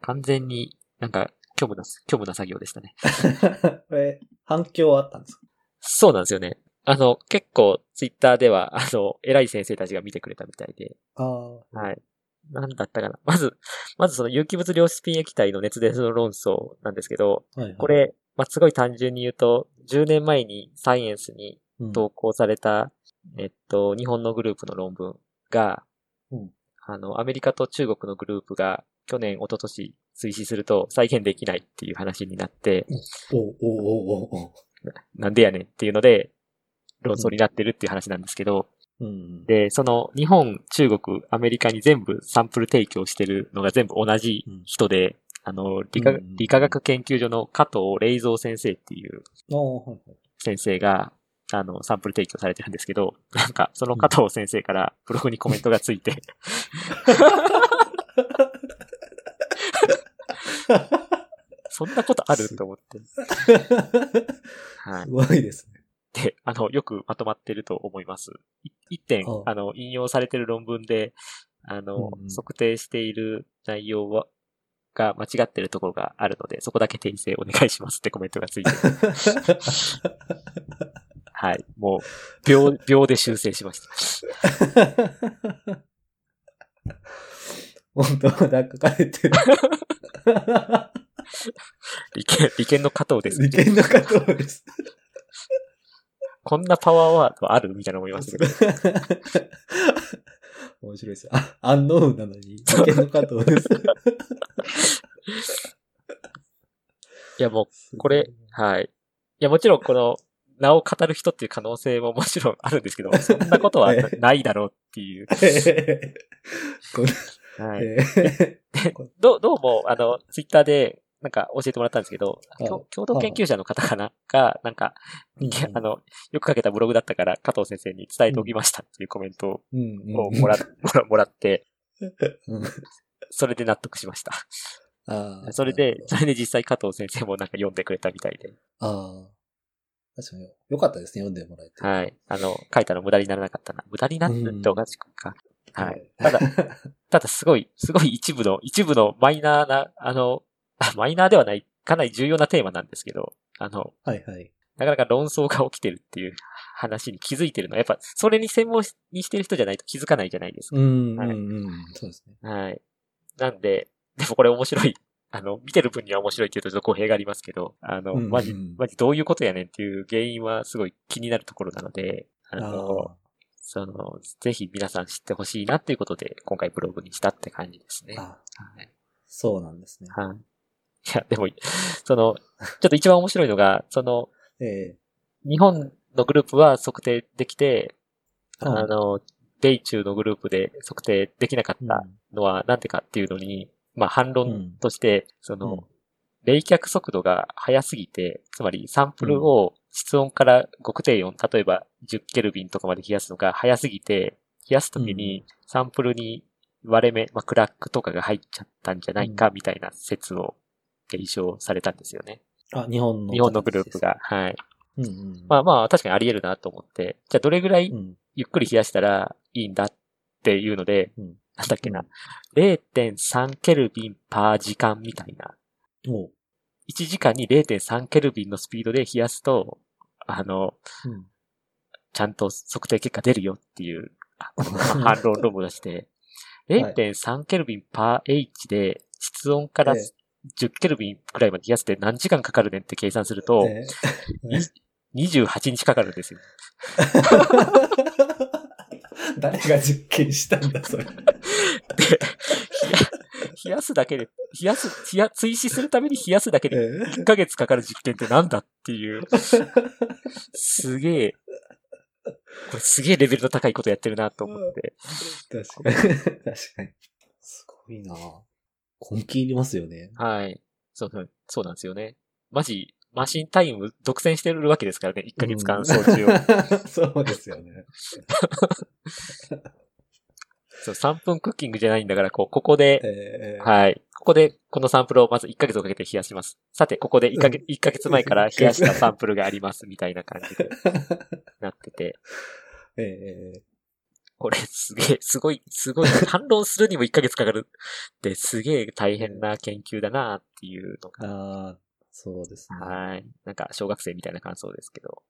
Speaker 1: 完全になんか虚無な、虚無な作業でしたね。
Speaker 2: ぁこれ、反響はあったんですか
Speaker 1: そうなんですよね。あの、結構ツイッターでは、あの、偉い先生たちが見てくれたみたいで、
Speaker 2: ああ。
Speaker 1: はい。なんだったかな。まず、まずその有機物量子スピン液体の熱伝導論争なんですけど、
Speaker 2: はい、はい。
Speaker 1: こ、れ、まあ、すごい単純に言うと、10年前にサイエンスに
Speaker 2: うん、
Speaker 1: 投稿された、えっと、日本のグループの論文が、
Speaker 2: うん
Speaker 1: あの、アメリカと中国のグループが去年、一昨年推進すると再現できないっていう話になって、
Speaker 2: おおおおお
Speaker 1: なんでやねんっていうので、論争になってるっていう話なんですけど、
Speaker 2: うん。
Speaker 1: で、その日本、中国、アメリカに全部サンプル提供してるのが全部同じ人で、あの、理
Speaker 2: う
Speaker 1: 科
Speaker 2: んうんうん
Speaker 1: 理化学研究所の加藤霊蔵先生っていう
Speaker 2: ああ、はいはい。
Speaker 1: 先生が、あの、サンプル提供されてるんですけど、なんか、その加藤先生からブログにコメントがついて、そんなことあると思って。はい
Speaker 2: [LAUGHS] す。ごいですね。
Speaker 1: で、 [LAUGHS] あの、よくまとまってると思います。い一点
Speaker 2: あ、あ
Speaker 1: あの、引用されてる論文で、あの、
Speaker 2: うんうん
Speaker 1: 測定している内容は、が間違ってるところがあるので、そこだけ訂正お願いしますってコメントがつ [LAUGHS] いて、はい。もう、秒、秒で修正しました。 [LAUGHS]
Speaker 2: 本当だ、書かれてる。
Speaker 1: 理研、理研の加藤です。
Speaker 2: 利権の加藤です。
Speaker 1: こんなパワーワードあるみたいな [LAUGHS] 思いましたけど。
Speaker 2: 面白いですよ。あ、アンノーンなのに、利権の加藤です。
Speaker 1: いや、もう、 [LAUGHS] これ、はい。いや、もちろん、この、名を語る人っていう可能性ももちろんあるんですけど、そんなことは
Speaker 2: ええ
Speaker 1: ないだろうっていう。
Speaker 2: この
Speaker 1: はい。
Speaker 2: えー
Speaker 1: どう、どうも、あの、ツイッターで、なんか教えてもらったんですけど、
Speaker 2: あ
Speaker 1: 共共同研究者の方かなが、なんか、
Speaker 2: うん
Speaker 1: いやあの、よく書けたブログだったから、加藤先生に伝えておきましたっていうコメントを
Speaker 2: うんうん
Speaker 1: も
Speaker 2: [LAUGHS]
Speaker 1: らもらもらって、
Speaker 2: うん
Speaker 1: それで納得しました。
Speaker 2: あー
Speaker 1: それで、それで実際加藤先生もなんか読んでくれたみたいで、
Speaker 2: ああ。確かに、よかったですね、読んでもらえて。
Speaker 1: はい。あの、書いたの無駄にならなかったな。無駄になるっておかしくか。はい。ただ、ただすごい、すごい一部の、一部のマイナーな、あの、あマイナーではない、かなり重要なテーマなんですけど、あの、
Speaker 2: [LAUGHS] はいはい。
Speaker 1: なかなか論争が起きてるっていう話に気づいてるのは、やっぱ、それに専門しにしてる人じゃないと気づかないじゃないですか。
Speaker 2: うん、う
Speaker 1: はい
Speaker 2: ん、うん。そうですね。
Speaker 1: はい。なんで、でもこれ面白い。あの、見てる分には面白いっていうとちょっと語弊がありますけど、あの、
Speaker 2: うん
Speaker 1: マジ
Speaker 2: うん、
Speaker 1: マジどういうことやねんっていう原因はすごい気になるところなので、あ
Speaker 2: あ
Speaker 1: の、
Speaker 2: あ。
Speaker 1: その、ぜひ皆さん知ってほしいなっていうことで、今回ブログにしたって感じですね。は
Speaker 2: あ
Speaker 1: い。
Speaker 2: そうなんですね。
Speaker 1: はい。いや、でも、その、ちょっと一番面白いのが、その、
Speaker 2: え
Speaker 1: 日本のグループは測定できて、
Speaker 2: え
Speaker 1: あの、米中のグループで測定できなかったのはなんでかっていうのに、まあ反論として、その、
Speaker 2: うん
Speaker 1: 冷却速度が速すぎて、つまりサンプルを室温から極低温、例えば10ケルビンとかまで冷やすのが速すぎて、冷やすときにサンプルに割れ目、まあクラックとかが入っちゃったんじゃないかみたいな説を提唱されたんですよね。
Speaker 2: あ、日本の。
Speaker 1: 日本のグループ。が。はい。
Speaker 2: うんうん。
Speaker 1: ま
Speaker 2: あ、
Speaker 1: あまあ確かにあり得るなと思って、じゃあどれぐらい
Speaker 2: うん。
Speaker 1: ゆっくり冷やしたらいいんだっていうので、
Speaker 2: うん
Speaker 1: なんだっけな、0.3ケルビンパー時間みたいな。
Speaker 2: おう。
Speaker 1: 1時間に0.3ケルビンのスピードで冷やすと、あの、
Speaker 2: うん。
Speaker 1: ちゃんと測定結果出るよっていう、
Speaker 2: [LAUGHS]
Speaker 1: あ反論論文出して、
Speaker 2: はい
Speaker 1: 0.3ケルビンパー H で室温から
Speaker 2: え
Speaker 1: 10ケルビンくらいまで冷やして何時間かかるねんって計算すると、
Speaker 2: え [LAUGHS]
Speaker 1: 28日かかるんですよ。
Speaker 2: え誰が実験したんだ、そ
Speaker 1: [LAUGHS]
Speaker 2: れ。
Speaker 1: 冷やすだけで、冷やす、冷や、追試するために冷やすだけで
Speaker 2: え
Speaker 1: 1ヶ月かかる実験ってなんだっていう、すげえ、これすげえレベルの高いことやってるなと思って。
Speaker 2: え確
Speaker 1: [LAUGHS]
Speaker 2: かに。確かに。すごいな根気いりますよね。
Speaker 1: はい。そうそう、そうなんですよね。マジ、マシンタイム独占してるわけですからね、1ヶ月間装置を。
Speaker 2: [LAUGHS] そうですよね。
Speaker 1: そう、3分クッキングじゃないんだから、こう、ここで、
Speaker 2: え [LAUGHS] ー
Speaker 1: はい。ここで、このサンプルをまず1ヶ月をかけて冷やします。さて、ここで1ヶ月、1ヶ月前から冷やしたサンプルがあります、みたいな感じでなってて。
Speaker 2: えー
Speaker 1: これすげえ、すごい、すごい、反論するにも1ヶ月かかるって、すげえ大変な研究だなっていうのが、
Speaker 2: ああ、そうです
Speaker 1: はい。なんか、小学生みたいな感想ですけど、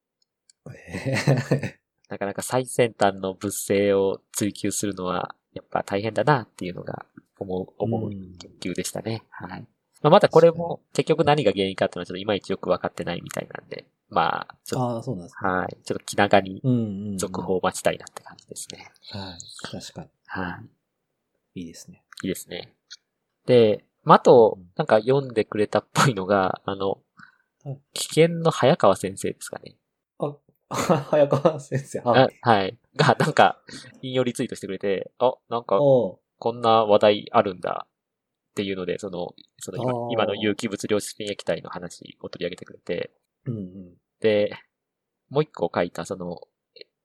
Speaker 2: ね。
Speaker 1: なかなか最先端の物性を追求するのは、やっぱ大変だなっていうのが、思う、思う
Speaker 2: うん
Speaker 1: 研究でしたね。はい。まあ、まだこれも、結局何が原因かっていうのはちょっといまいちよくわかってないみたいなんで、まあ、ちょっ
Speaker 2: ああ、そうなんです
Speaker 1: と、
Speaker 2: ね。
Speaker 1: はい。ちょっと気長に
Speaker 2: うんうん、うん。
Speaker 1: 続報を待ちたいなって感じですね。
Speaker 2: はい。確か
Speaker 1: はい。
Speaker 2: に。いいですね。 [LAUGHS]
Speaker 1: いいですね。で、まあ、あと
Speaker 2: うん、
Speaker 1: なんか読んでくれたっぽいのが、あの
Speaker 2: はい、
Speaker 1: 危険の早川先生ですかね。
Speaker 2: 早川先生。
Speaker 1: あ
Speaker 2: はい。
Speaker 1: はい。が、なんか、引用リツイートしてくれて、あ、なんか、
Speaker 2: おう
Speaker 1: こんな話題あるんだ。っていうので、その、その
Speaker 2: あー
Speaker 1: 今今の有機物量子液体の話を取り上げてくれて、
Speaker 2: うんうん。
Speaker 1: で、もう一個書いた、その、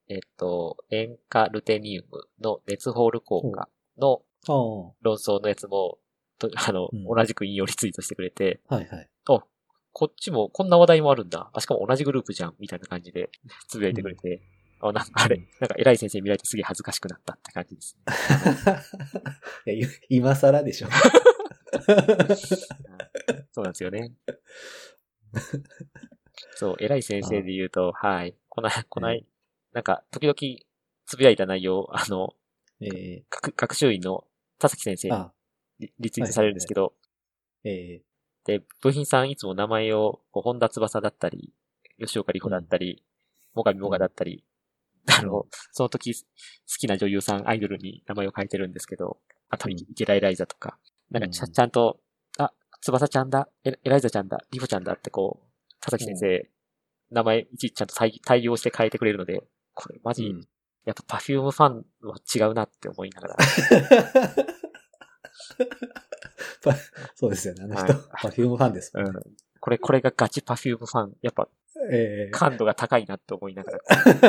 Speaker 1: ええっと、塩化ルテニウムの熱ホール効果の
Speaker 2: ああ、は
Speaker 1: 論争のやつも、とあの、
Speaker 2: うん
Speaker 1: 同じく引用リツイートしてくれて、
Speaker 2: いはい。 [LAUGHS]
Speaker 1: こっちも、こんな話題もあるんだ。あ、しかも同じグループじゃん、みたいな感じで、 [LAUGHS] つぶやいてくれて、あ、なんかあれ
Speaker 2: うん、
Speaker 1: なんか偉い先生見られてすげえ恥ずかしくなったって感じです
Speaker 2: [LAUGHS]
Speaker 1: ね。
Speaker 2: いやゆ今更でしょ。 [LAUGHS]
Speaker 1: そうなんですよね。そう、偉い先生で言うと、はい、こない、こない、なんか、時々、つぶやいた内容、あの、
Speaker 2: ええ
Speaker 1: 学学習院の田崎先生に
Speaker 2: あ、
Speaker 1: リリツイートされるんですけど、
Speaker 2: ええ
Speaker 1: で、部品さんいつも名前を、こう本田翼だったり、吉岡里帆だったり、最上もがだったり、あの、その時好きな女優さん、アイドルに名前を変えてるんですけど、あと、
Speaker 2: うん
Speaker 1: 池田エライザとか、なんかちゃ,、
Speaker 2: うん
Speaker 1: ちゃんと、あ、翼ちゃんだ、エエライザちゃんだ、里帆ちゃんだってこう、田崎先生、名前いちいちちゃんと対対応して変えてくれるので、これマジ、
Speaker 2: うん [LAUGHS]
Speaker 1: やっぱパフュームファンは違うなって思いながら、
Speaker 2: パそうですよね、あの人。
Speaker 1: はい
Speaker 2: パフュームファンですもんね。
Speaker 1: これ、これがガチパフュームファン、やっぱ
Speaker 2: ええ
Speaker 1: 感度が高いなって思いながら、
Speaker 2: [LAUGHS]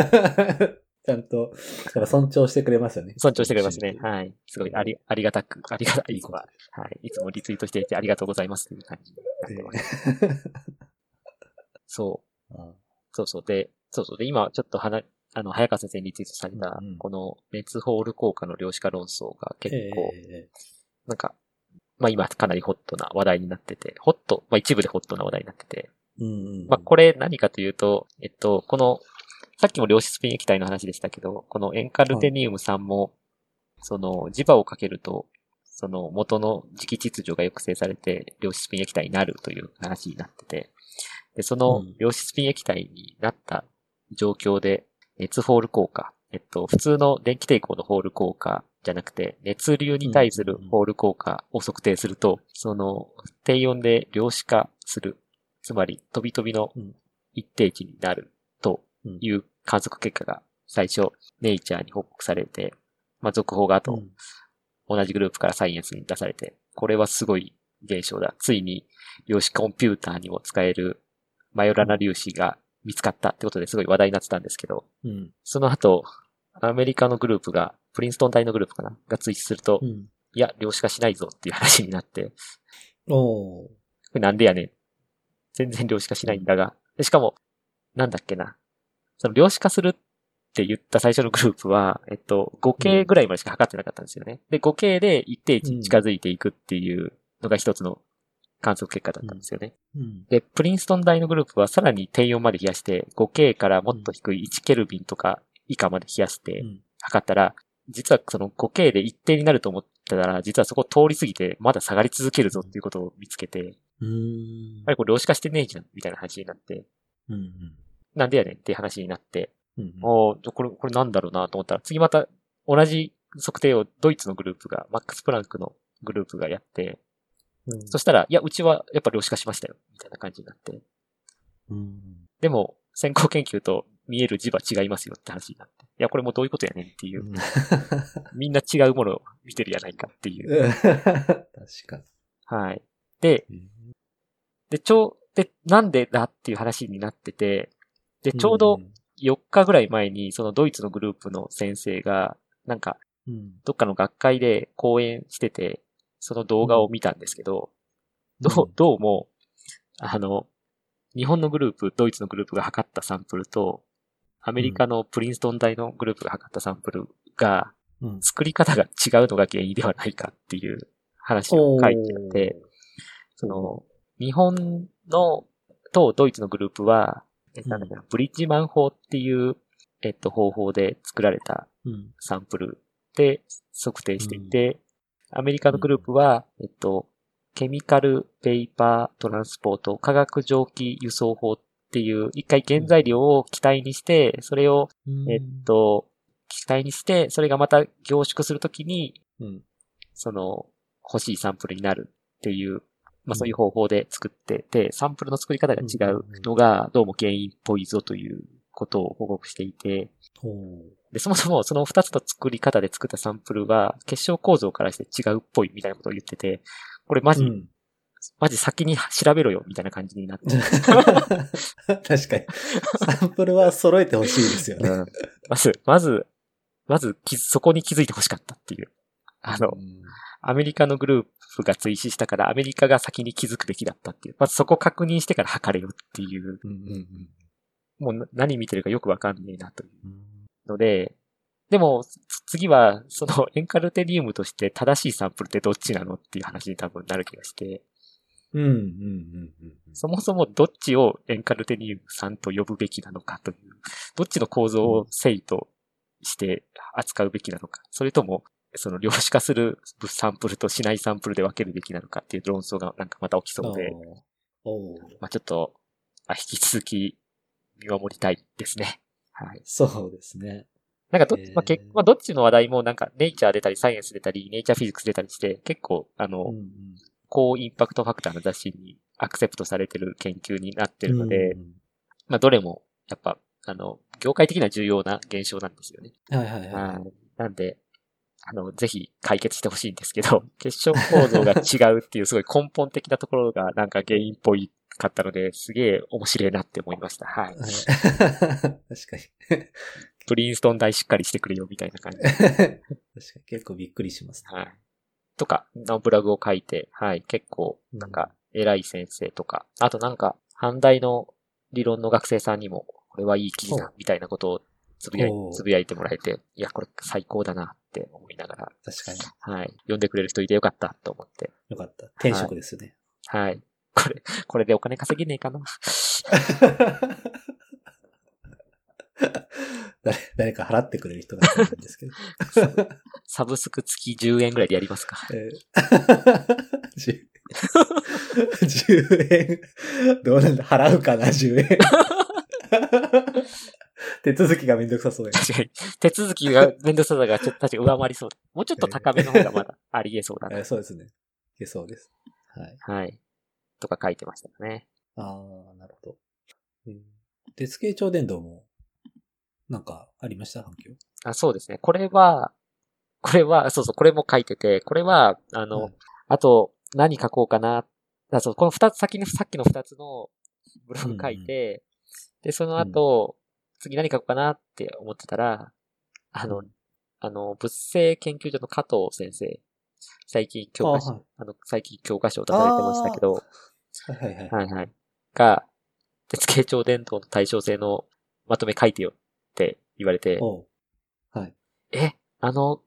Speaker 2: ちゃんと、だから尊重してくれますよね。
Speaker 1: 尊重してくれますね。はい。すごい、
Speaker 2: うん
Speaker 1: あり、ありがたく、ありがたい、
Speaker 2: い
Speaker 1: い
Speaker 2: い
Speaker 1: つ
Speaker 2: こ
Speaker 1: も
Speaker 2: と
Speaker 1: は、はい。いつもリツイートしていてありがとうございますという感じになってます。そう、
Speaker 2: あ
Speaker 1: そうそう。で、そうそう。で、今、ちょっと話、あの、早川先生にリツイートされた
Speaker 2: うんうん、
Speaker 1: この熱ホール効果の量子化論争が [LAUGHS] 結
Speaker 2: え
Speaker 1: 構、
Speaker 2: え
Speaker 1: なんか、まあ今かなりホットな話題になってて、ホット、まあ一部でホットな話題になってて、
Speaker 2: うんうん
Speaker 1: まあ、これ何かというと、えっと、この、さっきも量子スピン液体の話でしたけど、この塩化ルテニウムさんも、その、磁場をかけると、その元の磁気秩序が抑制されて、量子スピン液体になるという話になってて、で、その
Speaker 2: うん
Speaker 1: 量子スピン液体になった状況で、熱ホール効果、えっと、普通の電気抵抗のホール効果じゃなくて、熱流に対するホール効果を測定すると、その、低温で量子化するつまり、飛び飛びの
Speaker 2: うん
Speaker 1: 一定値になるという観測結果が最初、ネイチャーに報告されて、まあ、続報が
Speaker 2: う
Speaker 1: 後、
Speaker 2: ん
Speaker 1: 同じグループからサイエンスに出されて、これはすごい現象だ。ついに、量子コンピューターにも使えるマヨラナ粒子が見つかったってことですごい話題になってたんですけど、
Speaker 2: うん
Speaker 1: その後、アメリカのグループが、プリンストン大のグループかなが追記すると
Speaker 2: う、ん。
Speaker 1: いや、量子化しないぞっていう話になって、
Speaker 2: おー
Speaker 1: これなんでやねん。全然量子化しないんだが。でしかも、なんだっけな。その量子化するって言った最初のグループは、えっと、5K ぐらいまでしか測ってなかったんですよね。で、5K で一定値に近づいていくっていうのが一つの観測結果だったんですよね。
Speaker 2: うん。
Speaker 1: で、プリンストン大のグループはさらに低温まで冷やして、5K からもっと低い1ケルビンとか以下まで冷やして
Speaker 2: うん
Speaker 1: 測ったら、実はその 5K で一定になると思ったら、実はそこ通り過ぎて、まだ下がり続けるぞっていうことを見つけて、
Speaker 2: うーん
Speaker 1: やっぱりこれ量子化してねえじゃん、みたいな話になって、
Speaker 2: うんうん
Speaker 1: なんでやねんっていう話になって、
Speaker 2: うんうん
Speaker 1: おーこれ、これなんだろうなと思ったら、次また同じ測定をドイツのグループが、マックス・プランクのグループがやって、
Speaker 2: うん
Speaker 1: そしたら、いや、うちはやっぱ量子化しましたよ、みたいな感じになって。
Speaker 2: うん
Speaker 1: でも、先行研究と見える磁場違いますよって話になって。いや、これもうどういうことやねんっていうう、
Speaker 2: ん
Speaker 1: みんな違うものを見てるやないかっていう。
Speaker 2: 確か
Speaker 1: はい。で、
Speaker 2: に。
Speaker 1: で、ちょう、で、なんでだっていう話になってて、で、ちょうど、
Speaker 2: ん
Speaker 1: 4日ぐらい前に、そのドイツのグループの先生が、なんか、
Speaker 2: うん、
Speaker 1: どっかの学会で講演してて、その動画を見たんですけど、どう、どうも、あの、日本のグループ、ドイツのグループが測ったサンプルと、アメリカのプリンストン大のグループが測ったサンプルが、
Speaker 2: うん。
Speaker 1: 作り方が違うのが原因ではないかっていう話を書いてあって、その、日本の、とドイツのグループは、えなんだっけなブリッジマン法っていう、えっと、方法で作られた
Speaker 2: うん。
Speaker 1: サンプルで測定していて、アメリカのグループは、えっと、ケミカルペイパートランスポート化学蒸気輸送法っていう、一回原材料を気体にして、それを、
Speaker 2: うん
Speaker 1: えっ、と、気体にして、それがまた凝縮するときに、
Speaker 2: うん。
Speaker 1: その、欲しいサンプルになるっていう、まあそういう方法で作ってて、サンプルの作り方が違うのが、どうも原因っぽいぞということを報告していて、
Speaker 2: ほう。
Speaker 1: で、そもそもその二つの作り方で作ったサンプルは、結晶構造からして違うっぽいみたいなことを言ってて、これマジ、
Speaker 2: うん。
Speaker 1: マジ先に調べろよみたいな感じになって。
Speaker 2: 確かに。サンプルは揃えてほしいですよね。
Speaker 1: まず、まず、まず気づ、そこに気づいてほしかったっていう。あの、
Speaker 2: うん
Speaker 1: アメリカのグループが追試したから、アメリカが先に気づくべきだったっていう。まずそこ確認してから測れよっていう。
Speaker 2: うんうん
Speaker 1: もうな何見てるかよくわかんねえなとい
Speaker 2: うん。
Speaker 1: うので、でも、つ次は、そのエンカルテリウムとして正しいサンプルってどっちなのっていう話に多分なる気がして、
Speaker 2: うんうんうんうん。
Speaker 1: そもそもどっちをエンカルテリウムさんと呼ぶべきなのかという、どっちの構造を正として扱うべきなのか、それとも、その量子化するサンプルとしないサンプルで分けるべきなのかっていう論争がなんかまた起きそうで、
Speaker 2: おおう
Speaker 1: まあ、ちょっと、まあ、引き続き見守りたいですね。はい。
Speaker 2: そうですね。
Speaker 1: なんかどっ
Speaker 2: へ
Speaker 1: ち、
Speaker 2: ー
Speaker 1: まあ、結まあ、どっちの話題もなんか、ネイチャー出たり、サイエンス出たり、ネイチャーフィジックス出たりして、結構、あの、
Speaker 2: うんうん
Speaker 1: 高インパクトファクターの雑誌にアクセプトされてる研究になってるので、
Speaker 2: うん
Speaker 1: まあ、どれも、やっぱ、あの、業界的には重要な現象なんですよね。
Speaker 2: はいはいはい。
Speaker 1: はい。なんで、あの、ぜひ解決してほしいんですけど、 [LAUGHS] 結晶構造が違うっていうすごい根本的なところがなんか原因っぽいかったので、すげえ面白いなって思いました。はい。
Speaker 2: はい確かに。
Speaker 1: プリンストン大しっかりしてくれよみたいな感じ。
Speaker 2: 確かに結構びっくりしますね。
Speaker 1: はい。とか、のブログを書いて、はい、結構、なんか、偉い先生とか、あとなんか、反対の理論の学生さんにも、これはいい記事だ
Speaker 2: ほ、
Speaker 1: みたいなことをつぶやい
Speaker 2: おう
Speaker 1: つぶやいてもらえて、いや、これ最高だなって思いながら、
Speaker 2: 確かに。
Speaker 1: はい、読んでくれる人いてよかったと思って、
Speaker 2: よかった。転職ですよね。
Speaker 1: はい。これ、これでお金稼げねえかな。 [LAUGHS]
Speaker 2: [LAUGHS] 誰誰か払ってくれる人がいるんですけど。
Speaker 1: サブスク月10円ぐらいでやりますか。
Speaker 2: えー [LAUGHS] 10 10円。どうなんだ払うかな、10円。
Speaker 1: [LAUGHS]
Speaker 2: 手続きがめんどくさそうや
Speaker 1: 確かに。手続きがめんどくささ
Speaker 2: [LAUGHS]
Speaker 1: がちょっと確かに上回りそう。もうちょっと高めの方がまだありえそうだ
Speaker 2: え
Speaker 1: な
Speaker 2: ー。そうですね。いけそうです。はい。
Speaker 1: はい。とか書いてましたね。
Speaker 2: ああ、なるほど。鉄形超電導も、なんかありました反響。
Speaker 1: あ、そうですね。これは、 [LAUGHS] これは、そうそう、これも書いてて、これは、あの、
Speaker 2: うん
Speaker 1: あと、何書こうかな。あ、そう、この二つ、先に、さっきの二つのブログ書いて、で、その後、次何書こうかなって思ってたら、あの、あの、物性研究所の加藤先生、最近教科書、あ,、
Speaker 2: あはい
Speaker 1: の、最近教科書を出されてましたけど、
Speaker 2: はいはいはい。
Speaker 1: はいはい。が、鉄形超伝統の対称性のまとめ書いてよって言われて、
Speaker 2: おう
Speaker 1: え、あの、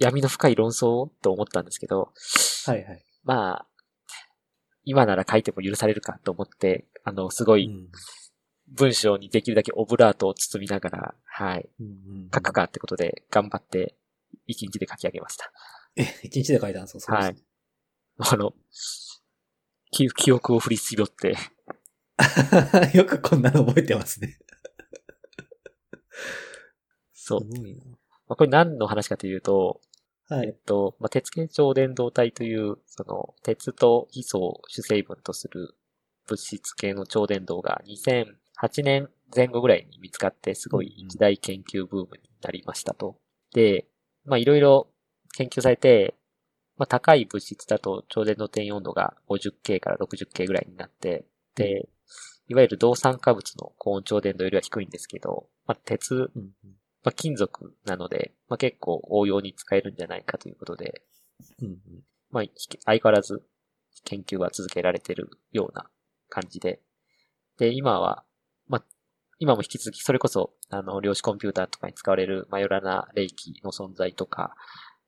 Speaker 1: 闇の深い論争と思ったんですけど、
Speaker 2: はいはい。
Speaker 1: まあ、今なら書いても許されるかと思って、あの、すご
Speaker 2: う
Speaker 1: い
Speaker 2: ん
Speaker 1: 文章にできるだけオブラートを包みながら、はい、
Speaker 2: うんうんうん
Speaker 1: 書くかってことで頑張って、一日で書き上げました。
Speaker 2: え、一日で書いたんですかそうですね。
Speaker 1: あの、記記憶を振りすぎって、
Speaker 2: [LAUGHS] よくこんなの覚えてますね。
Speaker 1: そう
Speaker 2: すごい
Speaker 1: まあこれ何の話かというと、
Speaker 2: な。は
Speaker 1: えっ
Speaker 2: い。
Speaker 1: と、まあ、鉄結晶伝導体という、その、鉄と非層を主成分とする物質系の超伝導が2008年前後ぐらいに見つかって、すごい一大研究ブームになりましたと。で、まあ、いろいろ研究されて、まあ、高い物質だと超伝導点温度が 50K から 60K ぐらいになって、で、いわゆる動酸化物の高温超伝導よりは低いんですけど、まあ、鉄
Speaker 2: うんうん
Speaker 1: まあ、金属なので、まあ、結構応用に使えるんじゃないかということで、
Speaker 2: うんうん
Speaker 1: まあ、引き相変わらず研究は続けられてるような感じで。で、今は、まあ、今も引き続き、それこそ、あの、量子コンピューターとかに使われるマヨラナ霊気の存在とか、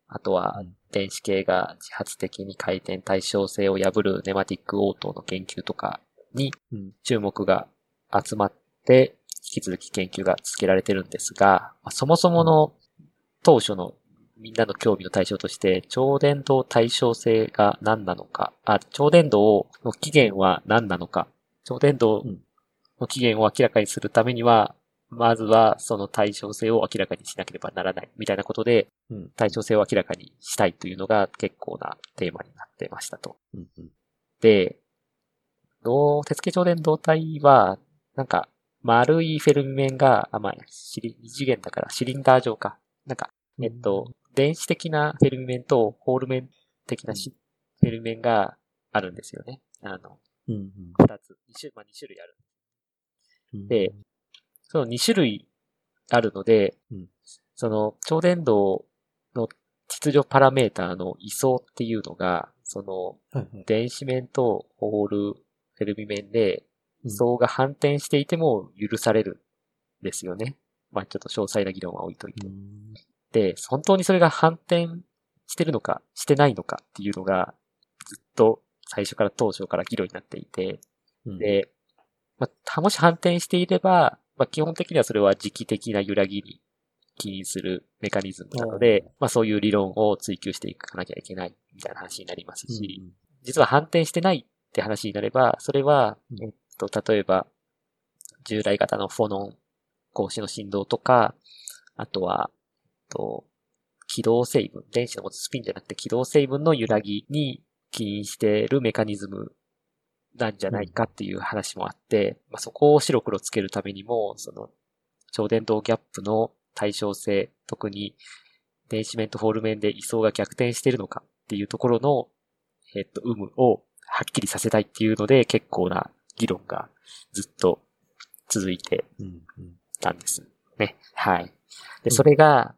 Speaker 1: あとは、電子系が自発的に回転対称性を破るネマティック応答の研究とかに
Speaker 2: うん
Speaker 1: 注目が集まって、引き続き研究が続けられてるんですが、まあそもそもの当初のみんなの興味の対象として、超伝導対称性が何なのか、あ、超伝導の起源は何なのか、超伝導の起源を明らかにするためには、まずはその対称性を明らかにしなければならないみたいなことで、
Speaker 2: うん。
Speaker 1: 対称性を明らかにしたいというのが結構なテーマになってましたと。
Speaker 2: うん。うん。
Speaker 1: で、どう、手付超電導体は、なんか、丸いフェルミ面が、あ、まあ、シリ、二次元だからシリンダー状か。なんか、えっと、電子的なフェルミ面とホール面的なしフェルミ面があるんですよね。あの、
Speaker 2: うん。うん。
Speaker 1: 二つ、二種、まあ、二種類ある。
Speaker 2: うん。
Speaker 1: でその2種類あるので、
Speaker 2: うん
Speaker 1: その超電導の秩序パラメーターの位相っていうのが、その
Speaker 2: はいはい。
Speaker 1: 電子面とホールフェルミ面で
Speaker 2: う
Speaker 1: 位
Speaker 2: ん
Speaker 1: 相が反転していても許されるんですよね。まあちょっと詳細な議論は置いといて。
Speaker 2: うん。
Speaker 1: で、本当にそれが反転してるのかしてないのかっていうのがずっと最初から当初から議論になっていて、
Speaker 2: うん、
Speaker 1: で、まあ、もし反転していれば、まあ、基本的にはそれは時期的な揺らぎに起因するメカニズムなので、まあ、そういう理論を追求していかなきゃいけないみたいな話になります
Speaker 2: うん、
Speaker 1: し、実は反転してないって話になれば、それは、
Speaker 2: うん
Speaker 1: えっと、例えば、従来型のフォノン格子の振動とか、あとは、えっと、軌道成分、電子の持つスピンじゃなくて軌道成分の揺らぎに起因しているメカニズムなんじゃないかっていう話もあって、まあ、そこを白黒つけるためにも、その、超電導ギャップの対称性、特に電子面とホール面で位相が逆転しているのかっていうところのえっと、有無をはっきりさせたいっていうので、結構な議論がずっと続いて
Speaker 2: うん。うん。
Speaker 1: たんです。ね。はい。
Speaker 2: う
Speaker 1: で、
Speaker 2: ん
Speaker 1: それが、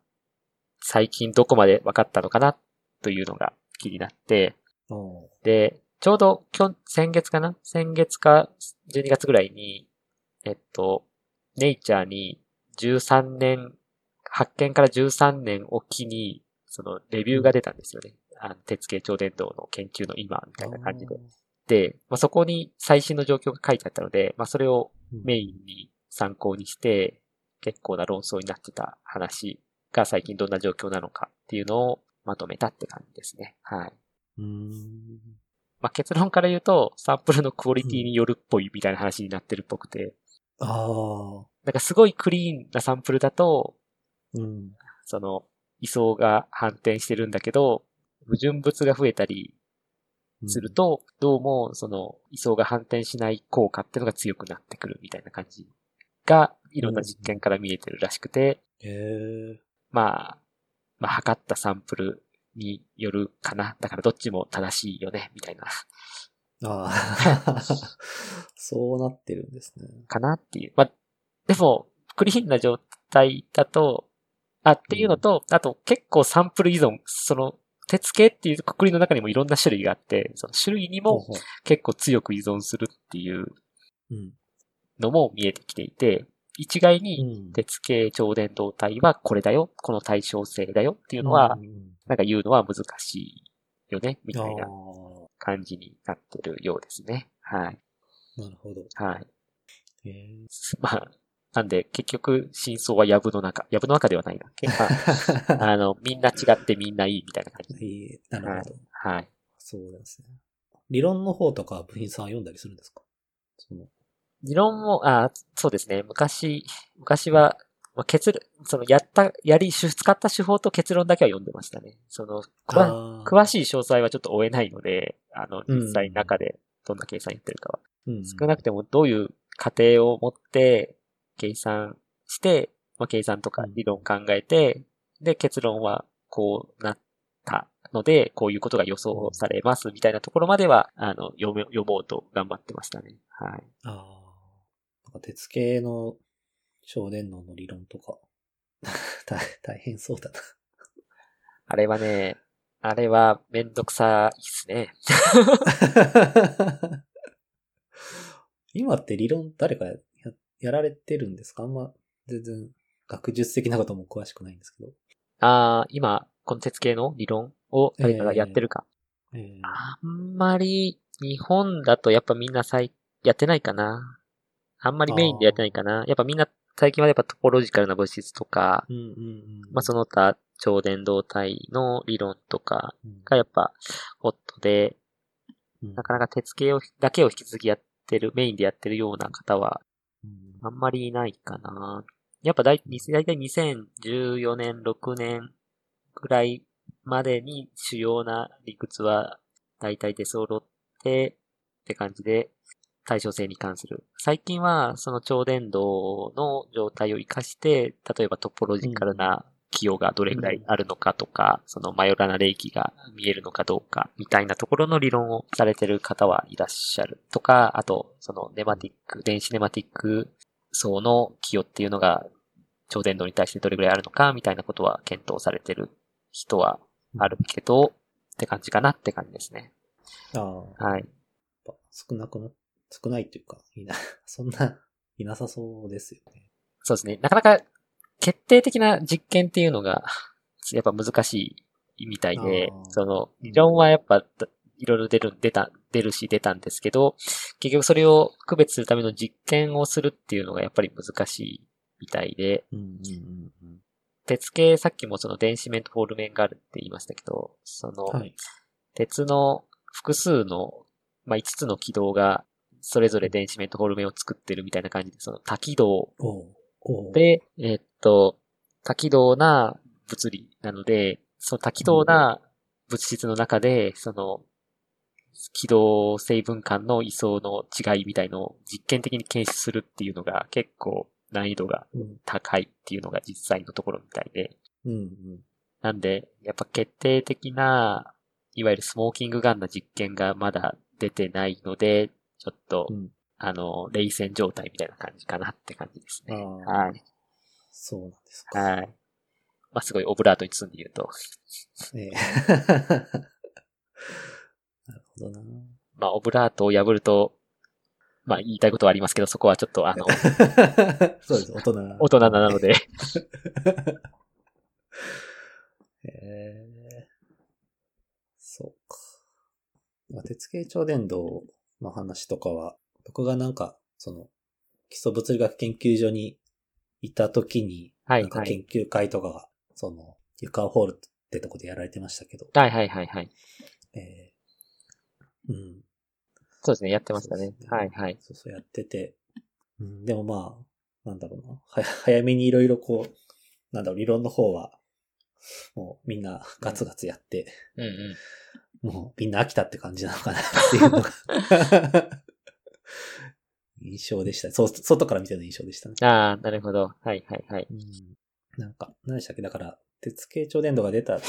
Speaker 1: 最近どこまで分かったのかなというのが気になって、
Speaker 2: おー
Speaker 1: で、ちょうどきょ、先月かな先月か12月ぐらいに、えっと、ネイチャーに13年、発見から13年おきに、そのレビューが出たんですよね。あの、鉄系超伝導の研究の今、みたいな感じで。。で、まあ、そこに最新の状況が書いてあったので、まあ、それをメインに参考にして、結構な論争になってた話が最近どんな状況なのかっていうのをまとめたって感じですね。はい。
Speaker 2: うん。
Speaker 1: まあ、結論から言うと、サンプルのクオリティによるっぽいみたいな話になってるっぽくて、
Speaker 2: ああ。
Speaker 1: なんかすごいクリーンなサンプルだと、
Speaker 2: うん。
Speaker 1: その、位相が反転してるんだけど、不純物が増えたりすると、どうも、その、位相が反転しない効果っていうのが強くなってくるみたいな感じが、いろんな実験から見えてるらしくて、
Speaker 2: うん。へえ。
Speaker 1: まあ、まあ、測ったサンプルによるかな。だからどっちも正しいよね、みたいな、
Speaker 2: あ
Speaker 1: [LAUGHS]
Speaker 2: あ。そうなってるんですね。
Speaker 1: かなっていう。まあ、でも、クリーンな状態だと、あ、っていうのと、あと結構サンプル依存、その、鉄系っていうくくりの中にもいろんな種類があって、その種類にも
Speaker 2: ほうほ
Speaker 1: 結構強く依存するっていう
Speaker 2: ううん。
Speaker 1: のも見えてきていて、一概
Speaker 2: う
Speaker 1: に
Speaker 2: ん。
Speaker 1: 鉄系超伝導体はこれだよ、この対称性だよっていうのは
Speaker 2: う、ん、
Speaker 1: なんか言うのは難しいよね、み
Speaker 2: あ
Speaker 1: た
Speaker 2: あ
Speaker 1: いな感じになってるようですね。はい。
Speaker 2: なるほど。
Speaker 1: はい。
Speaker 2: へえ。
Speaker 1: [LAUGHS] まあ、なんで、結局、真相は藪の中。藪の中では
Speaker 2: [LAUGHS]
Speaker 1: ないな。まあ、あの、みんな違ってみんないいみたいな感じで。
Speaker 2: [LAUGHS] いいなるほど。
Speaker 1: はい。
Speaker 2: そうなんですね。理論の方とかは部品さんは読んだりするんですかその
Speaker 1: 理論も、あそうですね。昔、昔は、まあ、結論、その、やった、やり、使った手法と結論だけは読んでましたね。その、詳
Speaker 2: あー
Speaker 1: 詳しい詳細はちょっと追えないので、あの、
Speaker 2: うん
Speaker 1: 実際中でどんな計算やってるかは。
Speaker 2: うん
Speaker 1: 少なくてもどういう過程を持って計算して、まあ、計算とか理論を考えて、で、結論はこうなったので、こういうことが予想されますみたいなところまでは、あの、読め、読もうと頑張ってましたね。はい。
Speaker 2: ああ。なんか鉄系の小電脳の理論とか。 [LAUGHS] 大大変そうだな。
Speaker 1: あれはね、あれはめんどくさいですね。
Speaker 2: [LAUGHS] 今って理論誰かやややられてるんですかあんま、全然、学術的なことも詳しくないんですけど。
Speaker 1: ああ、今、コンテンツ系の理論を誰かがやってるか。
Speaker 2: えー
Speaker 1: あんまり、日本だとやっぱみんなさい、やってないかな。あんまりメインでやってないかな。やっぱみんな、最近はやっぱトポロジカルな物質とか、
Speaker 2: うんうんうん。
Speaker 1: まあその他、超伝導体の理論とか
Speaker 2: うん、
Speaker 1: がやっぱホットで、
Speaker 2: うん
Speaker 1: なかなか鉄系をだけを引き続きやってる、メインでやってるような方は
Speaker 2: うん
Speaker 1: あんまりいないかな。やっぱだいだいたい2014年、6年くらいまでに主要な理屈はだいたい出揃ってって感じで対称性に関する。最近はその超伝導の状態を活かして、例えばトポロジカルな寄与がどれぐらいあるのかとか、そのマヨラナ霊気が見えるのかどうかみたいなところの理論をされてる方はいらっしゃるとか、あとそのネマティック、電子ネマティック層の寄与っていうのが超伝導に対してどれぐらいあるのかみたいなことは検討されてる人はあるけど、って感じかなって感じですね。
Speaker 2: ああ、やっ
Speaker 1: はい。
Speaker 2: ぱ少なくな、少ないというか、いな、 [LAUGHS] そんな、いなさそうですよね。
Speaker 1: そうですね。なかなか決定的な実験っていうのが、 [LAUGHS] やっぱ難しいみたいで
Speaker 2: あー、
Speaker 1: その、
Speaker 2: うん
Speaker 1: 理論はやっぱ、いろいろ出る、出た、出るし出たんですけど、結局それを区別するための実験をするっていうのがやっぱり難しいみたいで、
Speaker 2: うんうんうん
Speaker 1: 鉄系、さっきもその電子面とフォール面があるって言いましたけど、その、
Speaker 2: うん。はい。
Speaker 1: 鉄の複数の、まあ、5つの軌道が、それぞれ電子面とホール面を作ってるみたいな感じで、その多軌道
Speaker 2: おうおう、
Speaker 1: で、えっと、多軌道な物理なので、その多軌道な物質の中で、その、軌道成分間の位相の違いみたいのを実験的に検出するっていうのが結構難易度が
Speaker 2: うん
Speaker 1: 高いっていうのが実際のところみたいで、
Speaker 2: うんうん。
Speaker 1: なんで、やっぱ決定的な、いわゆるスモーキングガンの実験がまだ出てないので、ちょっと、
Speaker 2: うん
Speaker 1: あの、冷戦状態みたいな感じかなって感じですね。
Speaker 2: ああ
Speaker 1: はい。
Speaker 2: そうなんですか。
Speaker 1: はい。まあ、すごいオブラートに包んで言うと、
Speaker 2: ええ [LAUGHS] なるほどな。
Speaker 1: まあ、オブラートを破ると、まあ、言いたいことはありますけど、そこはちょっと、あの、
Speaker 2: [LAUGHS] そうです、大人。
Speaker 1: 大人なので、
Speaker 2: ええそうか。まあ鉄系超伝導の話とかは、僕がなんか、その、基礎物理学研究所にいた時に、
Speaker 1: はい
Speaker 2: なんか
Speaker 1: はい
Speaker 2: 研究会とかが、その、ユカホールってとこでやられてましたけど、
Speaker 1: [LAUGHS] はいはいはいはい。
Speaker 2: ええうん。
Speaker 1: そうですね、やってましたね
Speaker 2: そう。ですね
Speaker 1: はいはい。
Speaker 2: そうそうやってて。うん、でもまあ、なんだろうな。は早めにいろいろこう、なんだろう、理論の方は、もうみんなガツガツやって、
Speaker 1: うんうん。
Speaker 2: もうみんな飽きたって感じなのかなっていうのが、 [LAUGHS] 印象でした。そう、外から見ての印象でしたね。
Speaker 1: ああ、なるほど。はいはいはい。
Speaker 2: うん、なんか、何でしたっけだから、鉄系超伝導が出た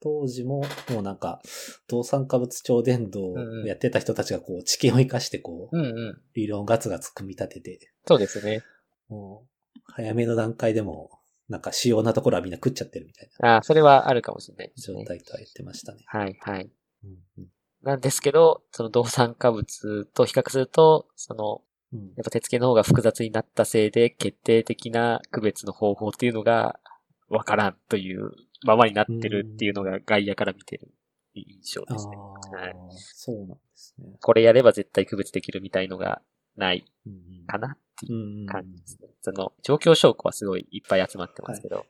Speaker 2: 当時も、もうなんか、動産化物超伝導をやってた人たちがこう、知見を生かしてこう、
Speaker 1: うんうん。
Speaker 2: 理論ガツガツ組み立てて、
Speaker 1: そうですね。
Speaker 2: もう、早めの段階でも、なんか主要なところはみんな食っちゃってるみたいな
Speaker 1: ああ、それはあるかもしれないです
Speaker 2: 状
Speaker 1: ね。
Speaker 2: 態とは言ってましたね。
Speaker 1: はいはい。
Speaker 2: うん
Speaker 1: なんですけど、その動産化物と比較すると、その、
Speaker 2: うん
Speaker 1: やっぱ鉄系の方が複雑になったせいで、決定的な区別の方法っていうのが、わからんというままになってるっていうのが外野から見てる印象
Speaker 2: ああ
Speaker 1: ですね。はい、
Speaker 2: そうなんですね。
Speaker 1: これやれば絶対区別できるみたいのがない
Speaker 2: うん
Speaker 1: かなって
Speaker 2: う
Speaker 1: いうん
Speaker 2: うん
Speaker 1: 感じですね。その、状況証拠はすごいいっぱい集まってますけど、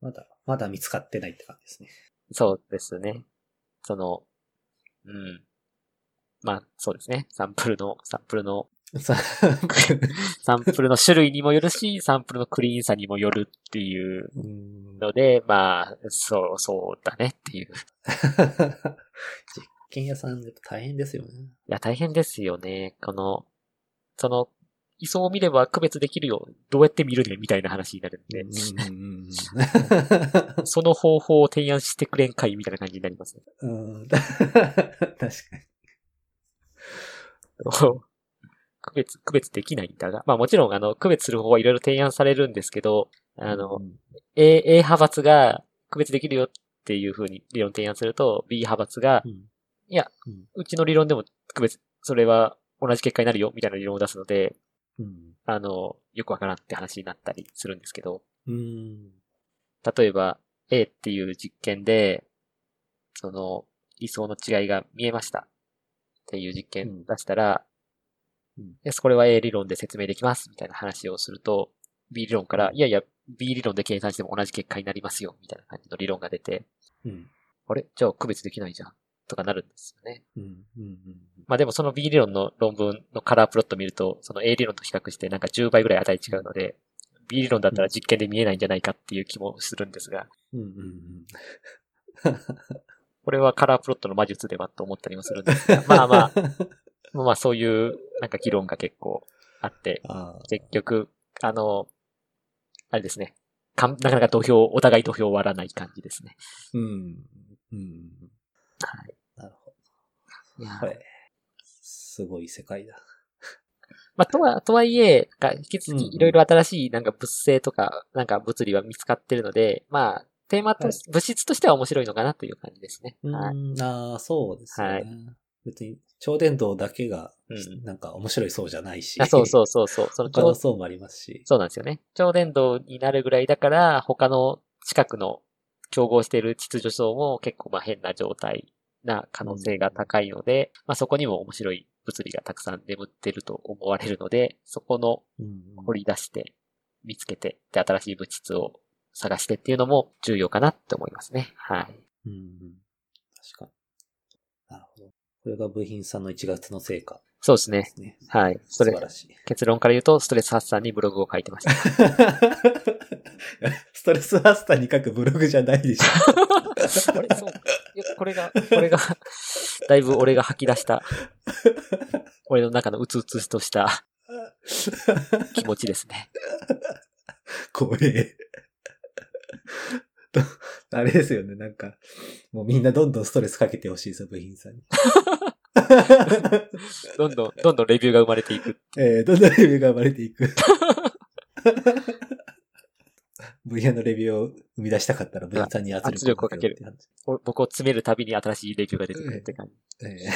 Speaker 2: まだ、まだ見つかってないって感じですね。
Speaker 1: そうですね。その、うん。まあ、そうですね。サンプルの、サンプルの
Speaker 2: さ
Speaker 1: サンプルの種類にもよるし、サンプルのクリーンさにもよるっていう
Speaker 2: [LAUGHS] うん
Speaker 1: ので、まあ、そう、そうだねっていう。い
Speaker 2: 実験屋さんやっぱ大変ですよね。
Speaker 1: や、大変ですよね。この、その、位相を見れば区別できるよ。どうやって見るねみたいな話になるんで、
Speaker 2: うんうんうん
Speaker 1: その方法を提案してくれんかいみたいな感じになりますね。
Speaker 2: うんうん確か
Speaker 1: 区別、区別できないんだが。まあもちろん、あの、区別する方はいろいろ提案されるんですけど、
Speaker 2: に。
Speaker 1: あの、
Speaker 2: うん、
Speaker 1: A、A 派閥が区別できるよっていう風に理論提案すると、B 派閥が、
Speaker 2: うん
Speaker 1: いや、
Speaker 2: うん
Speaker 1: うちの理論でも区別、それは同じ結果になるよみたいな理論を出すので、
Speaker 2: うん。
Speaker 1: あの、よくわからんって話になったりするんですけど、
Speaker 2: うん。
Speaker 1: 例えば A っていう実験で、その理想の違いが見えましたっていう実
Speaker 2: う
Speaker 1: 験
Speaker 2: ん
Speaker 1: 出したら、
Speaker 2: うん
Speaker 1: よしこれは A 理論で説明できますみたいな話をすると、B 理論から、いやいや、B 理論で計算しても同じ結果になりますよみたいな感じの理論が出て、
Speaker 2: うん。
Speaker 1: あれじゃあ区別できないじゃんとかなるんですよね。
Speaker 2: うん。うん。
Speaker 1: まあでもその B 理論の論文のカラープロット見ると、その A 理論と比較してなんか10倍ぐらい値違うので、B 理論だったら実験で見えないんじゃないかっていう気もするんですが、
Speaker 2: うん。うん。
Speaker 1: これはカラープロットの魔術ではと思ったりもするんです [LAUGHS] が、まあまあ、まあそういうなんか議論が結構あって、
Speaker 2: ああ。
Speaker 1: 結局、あの、あれですね。かんなかなか土俵、お互い土俵を割らない感じですね。
Speaker 2: うん。うん。
Speaker 1: はい。
Speaker 2: なるほ
Speaker 1: いや
Speaker 2: ど。はい。すごい世界だ。
Speaker 1: まあ、とは、とはいえ、なんか引き続
Speaker 2: うんうん
Speaker 1: きいろいろ新しいなんか物性とか、なんか物理は見つかってるので、まあ、テーマとし、物質としては面白いのかなという感じですね。はい。
Speaker 2: うん。ああ、そうですよね。
Speaker 1: は
Speaker 2: 別に、超伝導だけが
Speaker 1: うん、
Speaker 2: なんか面白いそうじゃないし。
Speaker 1: あそうそうそうそう。その
Speaker 2: 他の層もありますし。
Speaker 1: そうなんですよね。超伝導になるぐらいだから、他の近くの競合している秩序層も結構まあ変な状態な可能性が高いので、まあそこにも面白い物理がたくさん眠ってると思われるので、そこの
Speaker 2: うん
Speaker 1: 掘り出して、見つけて、で、新しい物質を探してっていうのも重要かなって思いますね。はい。
Speaker 2: うんうん。確かに。なるほど。これが部品さんの1月の成果
Speaker 1: そうです
Speaker 2: で
Speaker 1: ね。
Speaker 2: すね。
Speaker 1: はい。そ
Speaker 2: 素
Speaker 1: れ
Speaker 2: 晴、らしい。 [LAUGHS]
Speaker 1: 結論から言うと、ストレス発散にブログを書いてました。
Speaker 2: ストレスハスターに書くブログじゃないでし
Speaker 1: [LAUGHS] これ、そう。いやこれが、これが、 [LAUGHS] だいぶ俺が吐き出した、俺の中のうつうつとした
Speaker 2: ょ。
Speaker 1: 気持ちですね。
Speaker 2: 怖え。とあれですよね、なんか、もうみんなどんどんストレスかけてほしいですよ、部品
Speaker 1: [LAUGHS]
Speaker 2: さんに。
Speaker 1: どんどん、どんどんレビューが生まれていく。
Speaker 2: えー、どんどんレビューが生まれていく。部品のレビューを生み出したかったら、部品さんに圧力をかけるって話。
Speaker 1: お僕を詰めるたびに新しいレビューが出てくるって感じ。
Speaker 2: え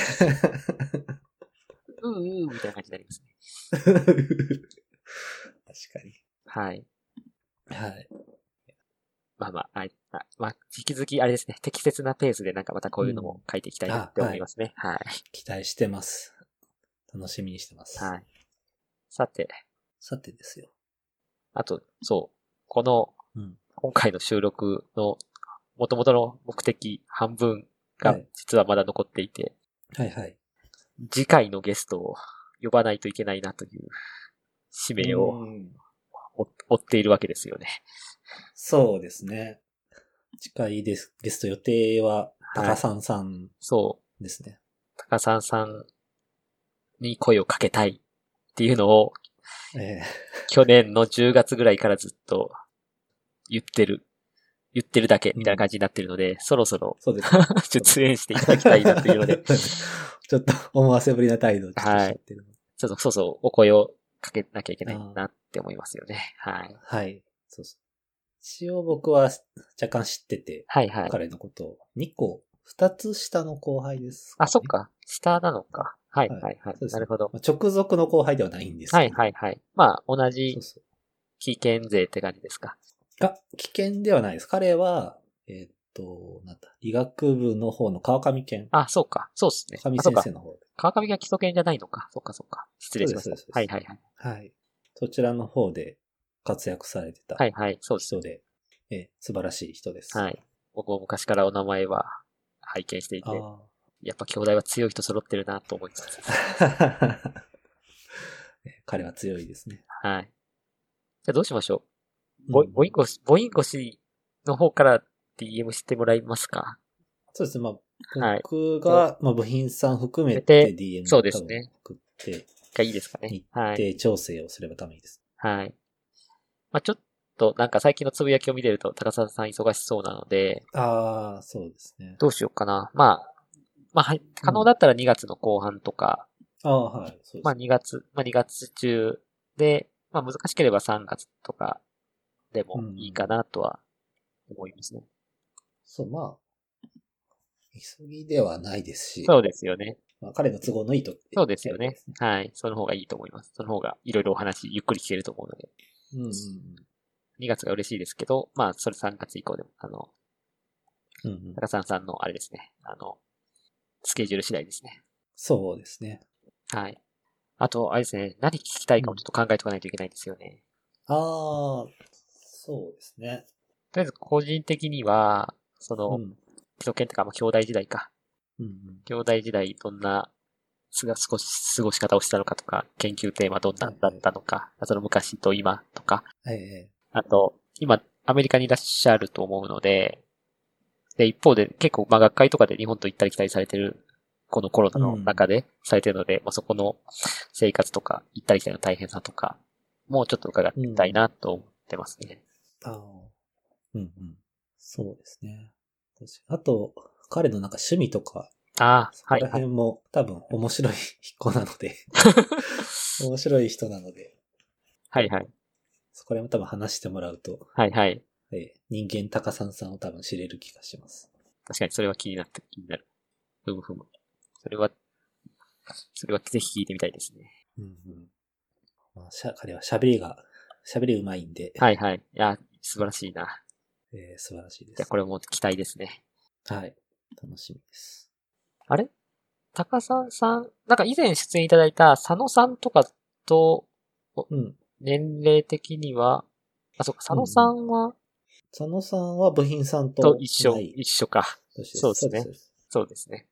Speaker 1: うんうん、みたいな感じになりますね。
Speaker 2: え確か [LAUGHS]
Speaker 1: はい。
Speaker 2: に。はい。
Speaker 1: まあまあ、あいあまあ、引き続きあれですね、適切なペースでなんかまたこういうのも書いていきたいなって思いますね。はい。
Speaker 2: 期待してます。楽しみにしてます。
Speaker 1: はい。さて、
Speaker 2: さてですよ。
Speaker 1: あと、そう。この、
Speaker 2: うん
Speaker 1: 今回の収録の、元々の目的、半分が
Speaker 2: はい、
Speaker 1: 実はまだ残っていて、
Speaker 2: はいはい。
Speaker 1: 次回のゲストを呼ばないといけないなという、使命を
Speaker 2: うん
Speaker 1: 追追っているわけですよね。
Speaker 2: そうですね。近いです。ゲスト予定は、
Speaker 1: はい
Speaker 2: 高さんさん
Speaker 1: そう。
Speaker 2: ですね。
Speaker 1: 高さんさんに声をかけたいっていうのを、
Speaker 2: え
Speaker 1: 去年の10月ぐらいからずっと言ってる。言ってるだけみたいな感じになってるので、そろそろ [LAUGHS]
Speaker 2: ーそうですね。
Speaker 1: 出演していただきたいなっていうので、
Speaker 2: [LAUGHS] ちょっと思わせぶりな態度をちょっとしちゃってるので
Speaker 1: ちょっとそうそう、お声をかけなきゃいけないなって思いますよね。はい。
Speaker 2: はい。そうそう。一応僕は若干知ってて、
Speaker 1: はいはい。
Speaker 2: 彼のことを。2個、2つ下の後輩です、
Speaker 1: あ、そっ。か。下なのか。はい
Speaker 2: はい
Speaker 1: はいはい
Speaker 2: そう。です
Speaker 1: なるほど。
Speaker 2: まあ直属の後輩ではないんですけど
Speaker 1: はいはいはい。まあ、同じ
Speaker 2: そうそう。
Speaker 1: 危険税って感じですか。
Speaker 2: が、危険ではないです。彼は、えーっと、なんだ、医学部の方の川上健。
Speaker 1: あ、そうか。そうっすね。
Speaker 2: 川上
Speaker 1: あそう
Speaker 2: 先
Speaker 1: か
Speaker 2: 生。の方で。
Speaker 1: 川上が基礎研じゃないのか。そっかそっか。失礼しまし
Speaker 2: そ
Speaker 1: た
Speaker 2: うですそうです。
Speaker 1: はいはいはい。
Speaker 2: はい。そちらの方で活躍されてた
Speaker 1: はいはい。そうです。
Speaker 2: 人で、えー素晴らしい人です。。
Speaker 1: はいい。僕も昔からお名前は拝見していて、 [LAUGHS]
Speaker 2: あ
Speaker 1: やっぱ兄弟は強い人揃ってるなと思い
Speaker 2: [LAUGHS]
Speaker 1: つつ。
Speaker 2: あ。彼は強いですね。
Speaker 1: はい。じゃあどうしましょう。
Speaker 2: う
Speaker 1: ボ
Speaker 2: ん
Speaker 1: ボインゴシ、ボインゴシの方から DM してもらいますか。
Speaker 2: そうですね。ま
Speaker 1: は
Speaker 2: あ
Speaker 1: い、
Speaker 2: 僕が、まあ、部品さん含め
Speaker 1: で
Speaker 2: て DM
Speaker 1: そうですね
Speaker 2: を多分送って、
Speaker 1: がいいですかね
Speaker 2: 日。
Speaker 1: はい。
Speaker 2: で、調整をすればダメです。
Speaker 1: はい。まあちょっと、なんか最近のつぶやきを見てると、高澤さん忙しそうなので、
Speaker 2: ああ、そうですね。
Speaker 1: どうしようかな。まあ、まあ、はい可能だったら2月の後半とか、
Speaker 2: ああ、はい。そうです
Speaker 1: まあ2月、まあ2月中で、まあ難しければ3月とかでもいいかなとは思いますね。
Speaker 2: そう、まあ、急ぎではないですし、
Speaker 1: そうですよね。
Speaker 2: まあ、彼の都合のいいと。
Speaker 1: そうですよね
Speaker 2: すね。
Speaker 1: はい。その方がいいと思います。その方がいろいろお話ゆっくり聞けると思うので、
Speaker 2: うんうん
Speaker 1: 2月が嬉しいですけど、まあ、それ3月以降でも、あの、
Speaker 2: うん。うんうん
Speaker 1: 高さんさんのあれですね、あの、スケジュール次第ですね。
Speaker 2: そうですね。
Speaker 1: はい。あと、あれですね、何聞きたいかもちょっと考えておかないといけないんですよね。
Speaker 2: ああ、そうですね。
Speaker 1: とりあえず個人的には、そうの、
Speaker 2: ん。
Speaker 1: 基礎研とか、まあ、兄弟時代か。
Speaker 2: うんうん
Speaker 1: 兄弟時代どんな、すが、少し過ごし方をしたのかとか、研究テーマどんなんだったのか、その昔と今とか、
Speaker 2: ええ。
Speaker 1: あと、今、アメリカにいらっしゃると思うので、で、一方で結構、まあ、学会とかで日本と行ったり来たりされてる、このコロナの中でされてるので、まあ、そこの生活とか、行ったり来たりの大変さとか、もうちょっと伺いたいなと思ってますね。
Speaker 2: ああ。うんうん。そうですね。確かにあと、彼のなんか趣味とか、
Speaker 1: あ
Speaker 2: そ
Speaker 1: あ、
Speaker 2: こ
Speaker 1: はい
Speaker 2: ら、辺も多分面白い子なの
Speaker 1: [LAUGHS]
Speaker 2: で、面白い人なので、
Speaker 1: はい、はい、
Speaker 2: そこら辺も多分話してもらうと、
Speaker 1: はい、はい。
Speaker 2: ええ人間高さんさんを多分知れる気がします。
Speaker 1: 確かにそれは気になって、気になる。ふむふむ。それは、それはぜひ聞いてみたいですね。
Speaker 2: うんうん。まあ、しゃ、彼は喋りが、喋り上手いんで、
Speaker 1: はいはい。いや、素晴らしいな。
Speaker 2: えー素晴らしいで
Speaker 1: じゃあ
Speaker 2: す。
Speaker 1: これも期待ですね。
Speaker 2: はい。楽しみです。
Speaker 1: あれ高さんさん、なんか以前出演いただいた佐野さんとかと
Speaker 2: うん。
Speaker 1: 年齢的には、あ、そうか、佐野さんは、
Speaker 2: 佐野さんは部品さんと
Speaker 1: と一緒、
Speaker 2: 同い
Speaker 1: 一緒か。
Speaker 2: 年です。
Speaker 1: そうですね
Speaker 2: そうです。
Speaker 1: そうですね。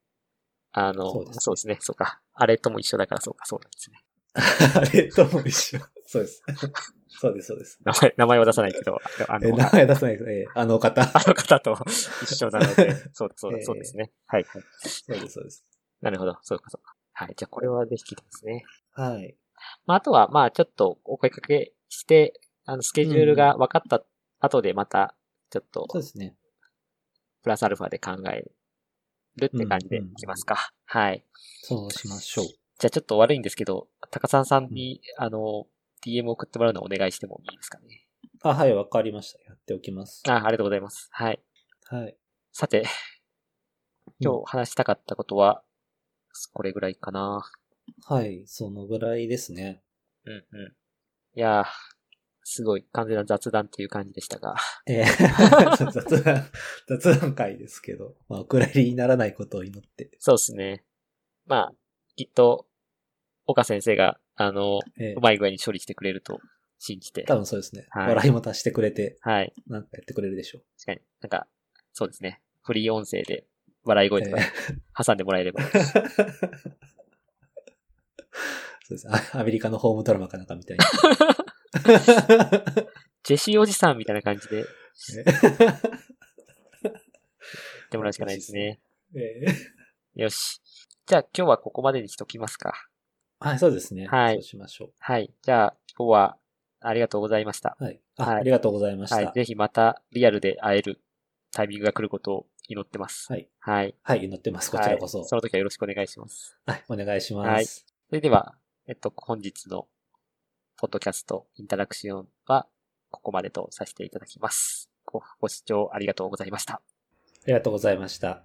Speaker 1: あの、
Speaker 2: そ
Speaker 1: そうう
Speaker 2: で
Speaker 1: ですす
Speaker 2: ね
Speaker 1: ね、そうか。あれとも一緒だからそうか、そうなんですね。
Speaker 2: [LAUGHS] あれとも一緒。 [LAUGHS] そうです。そうです、そうです。
Speaker 1: 名前、名前は出さないけど、あ
Speaker 2: え、
Speaker 1: の、
Speaker 2: 名前出さないです。えーあの
Speaker 1: [LAUGHS]
Speaker 2: 方。
Speaker 1: あの方と一緒なので、そう、そう
Speaker 2: ええ
Speaker 1: だ、そうですね。はい。はい
Speaker 2: そうです、そうです。
Speaker 1: なるほど。そうか、そうか。はい。じゃあ、これはぜひ聞いてますね。
Speaker 2: はい。
Speaker 1: まあ、あとは、まあ、ちょっとお声かけして、あの、スケジュールが分かった後で、また、ちょっと、
Speaker 2: そうですね。
Speaker 1: プラスアルファで考えるって感じでいきますか。はい。
Speaker 2: そうしましょう。
Speaker 1: じゃあ、ちょっと悪いんですけど、高さんさんに、あの、DM 送ってもらうのをお願いしてもいいですかね。
Speaker 2: あ、はい、わかりました。やっておきます。
Speaker 1: あありがとうございます。はい。
Speaker 2: はい。
Speaker 1: さて、今日話したかったことは、これぐらいかな。
Speaker 2: はい、そのぐらいですね。
Speaker 1: うんうん。いやー、すごい完全な雑談っていう感じでしたが。
Speaker 2: え
Speaker 1: [LAUGHS]
Speaker 2: ー [LAUGHS] 雑談、雑談会ですけど、まあ、お蔵入りにならないことを祈って。
Speaker 1: そうですね。まあ、きっと、岡先生が、あの、
Speaker 2: えー
Speaker 1: うまい具合に処理してくれると信じて。
Speaker 2: 多分そうですね。
Speaker 1: はい
Speaker 2: 笑いも足してくれて、
Speaker 1: はい。
Speaker 2: なんかやってくれるでしょう。
Speaker 1: 確かに。なんか、そうですね。フリー音声で笑い声とか挟んでもらえれば。
Speaker 2: えーそうです。あアメリカのホームドラマかなんかみたい
Speaker 1: [LAUGHS]
Speaker 2: な。
Speaker 1: ジェシーおじさんみたいな感じで言ってもらうしかないですね。
Speaker 2: えー
Speaker 1: よし。じゃあ今日はここまでにしときますか。
Speaker 2: はい、そうですね。
Speaker 1: はい
Speaker 2: そうしましょ
Speaker 1: はい。じゃあ今日はありがとうございました。
Speaker 2: う。はい。あ、
Speaker 1: はい
Speaker 2: ありがとうございました。
Speaker 1: はい。ぜひまたリアルで会えるタイミングが来ることを祈ってます。
Speaker 2: はい。
Speaker 1: はい。
Speaker 2: はい、祈ってます。こちらこそ。
Speaker 1: はい
Speaker 2: は
Speaker 1: その時はよろしくお願いします。
Speaker 2: い、お願いします。
Speaker 1: はいそれでは、えっと、本日のポッドキャストインタラクションはここまでとさせていただきます。ごご視聴ありがとうございました。
Speaker 2: ありがとうございました。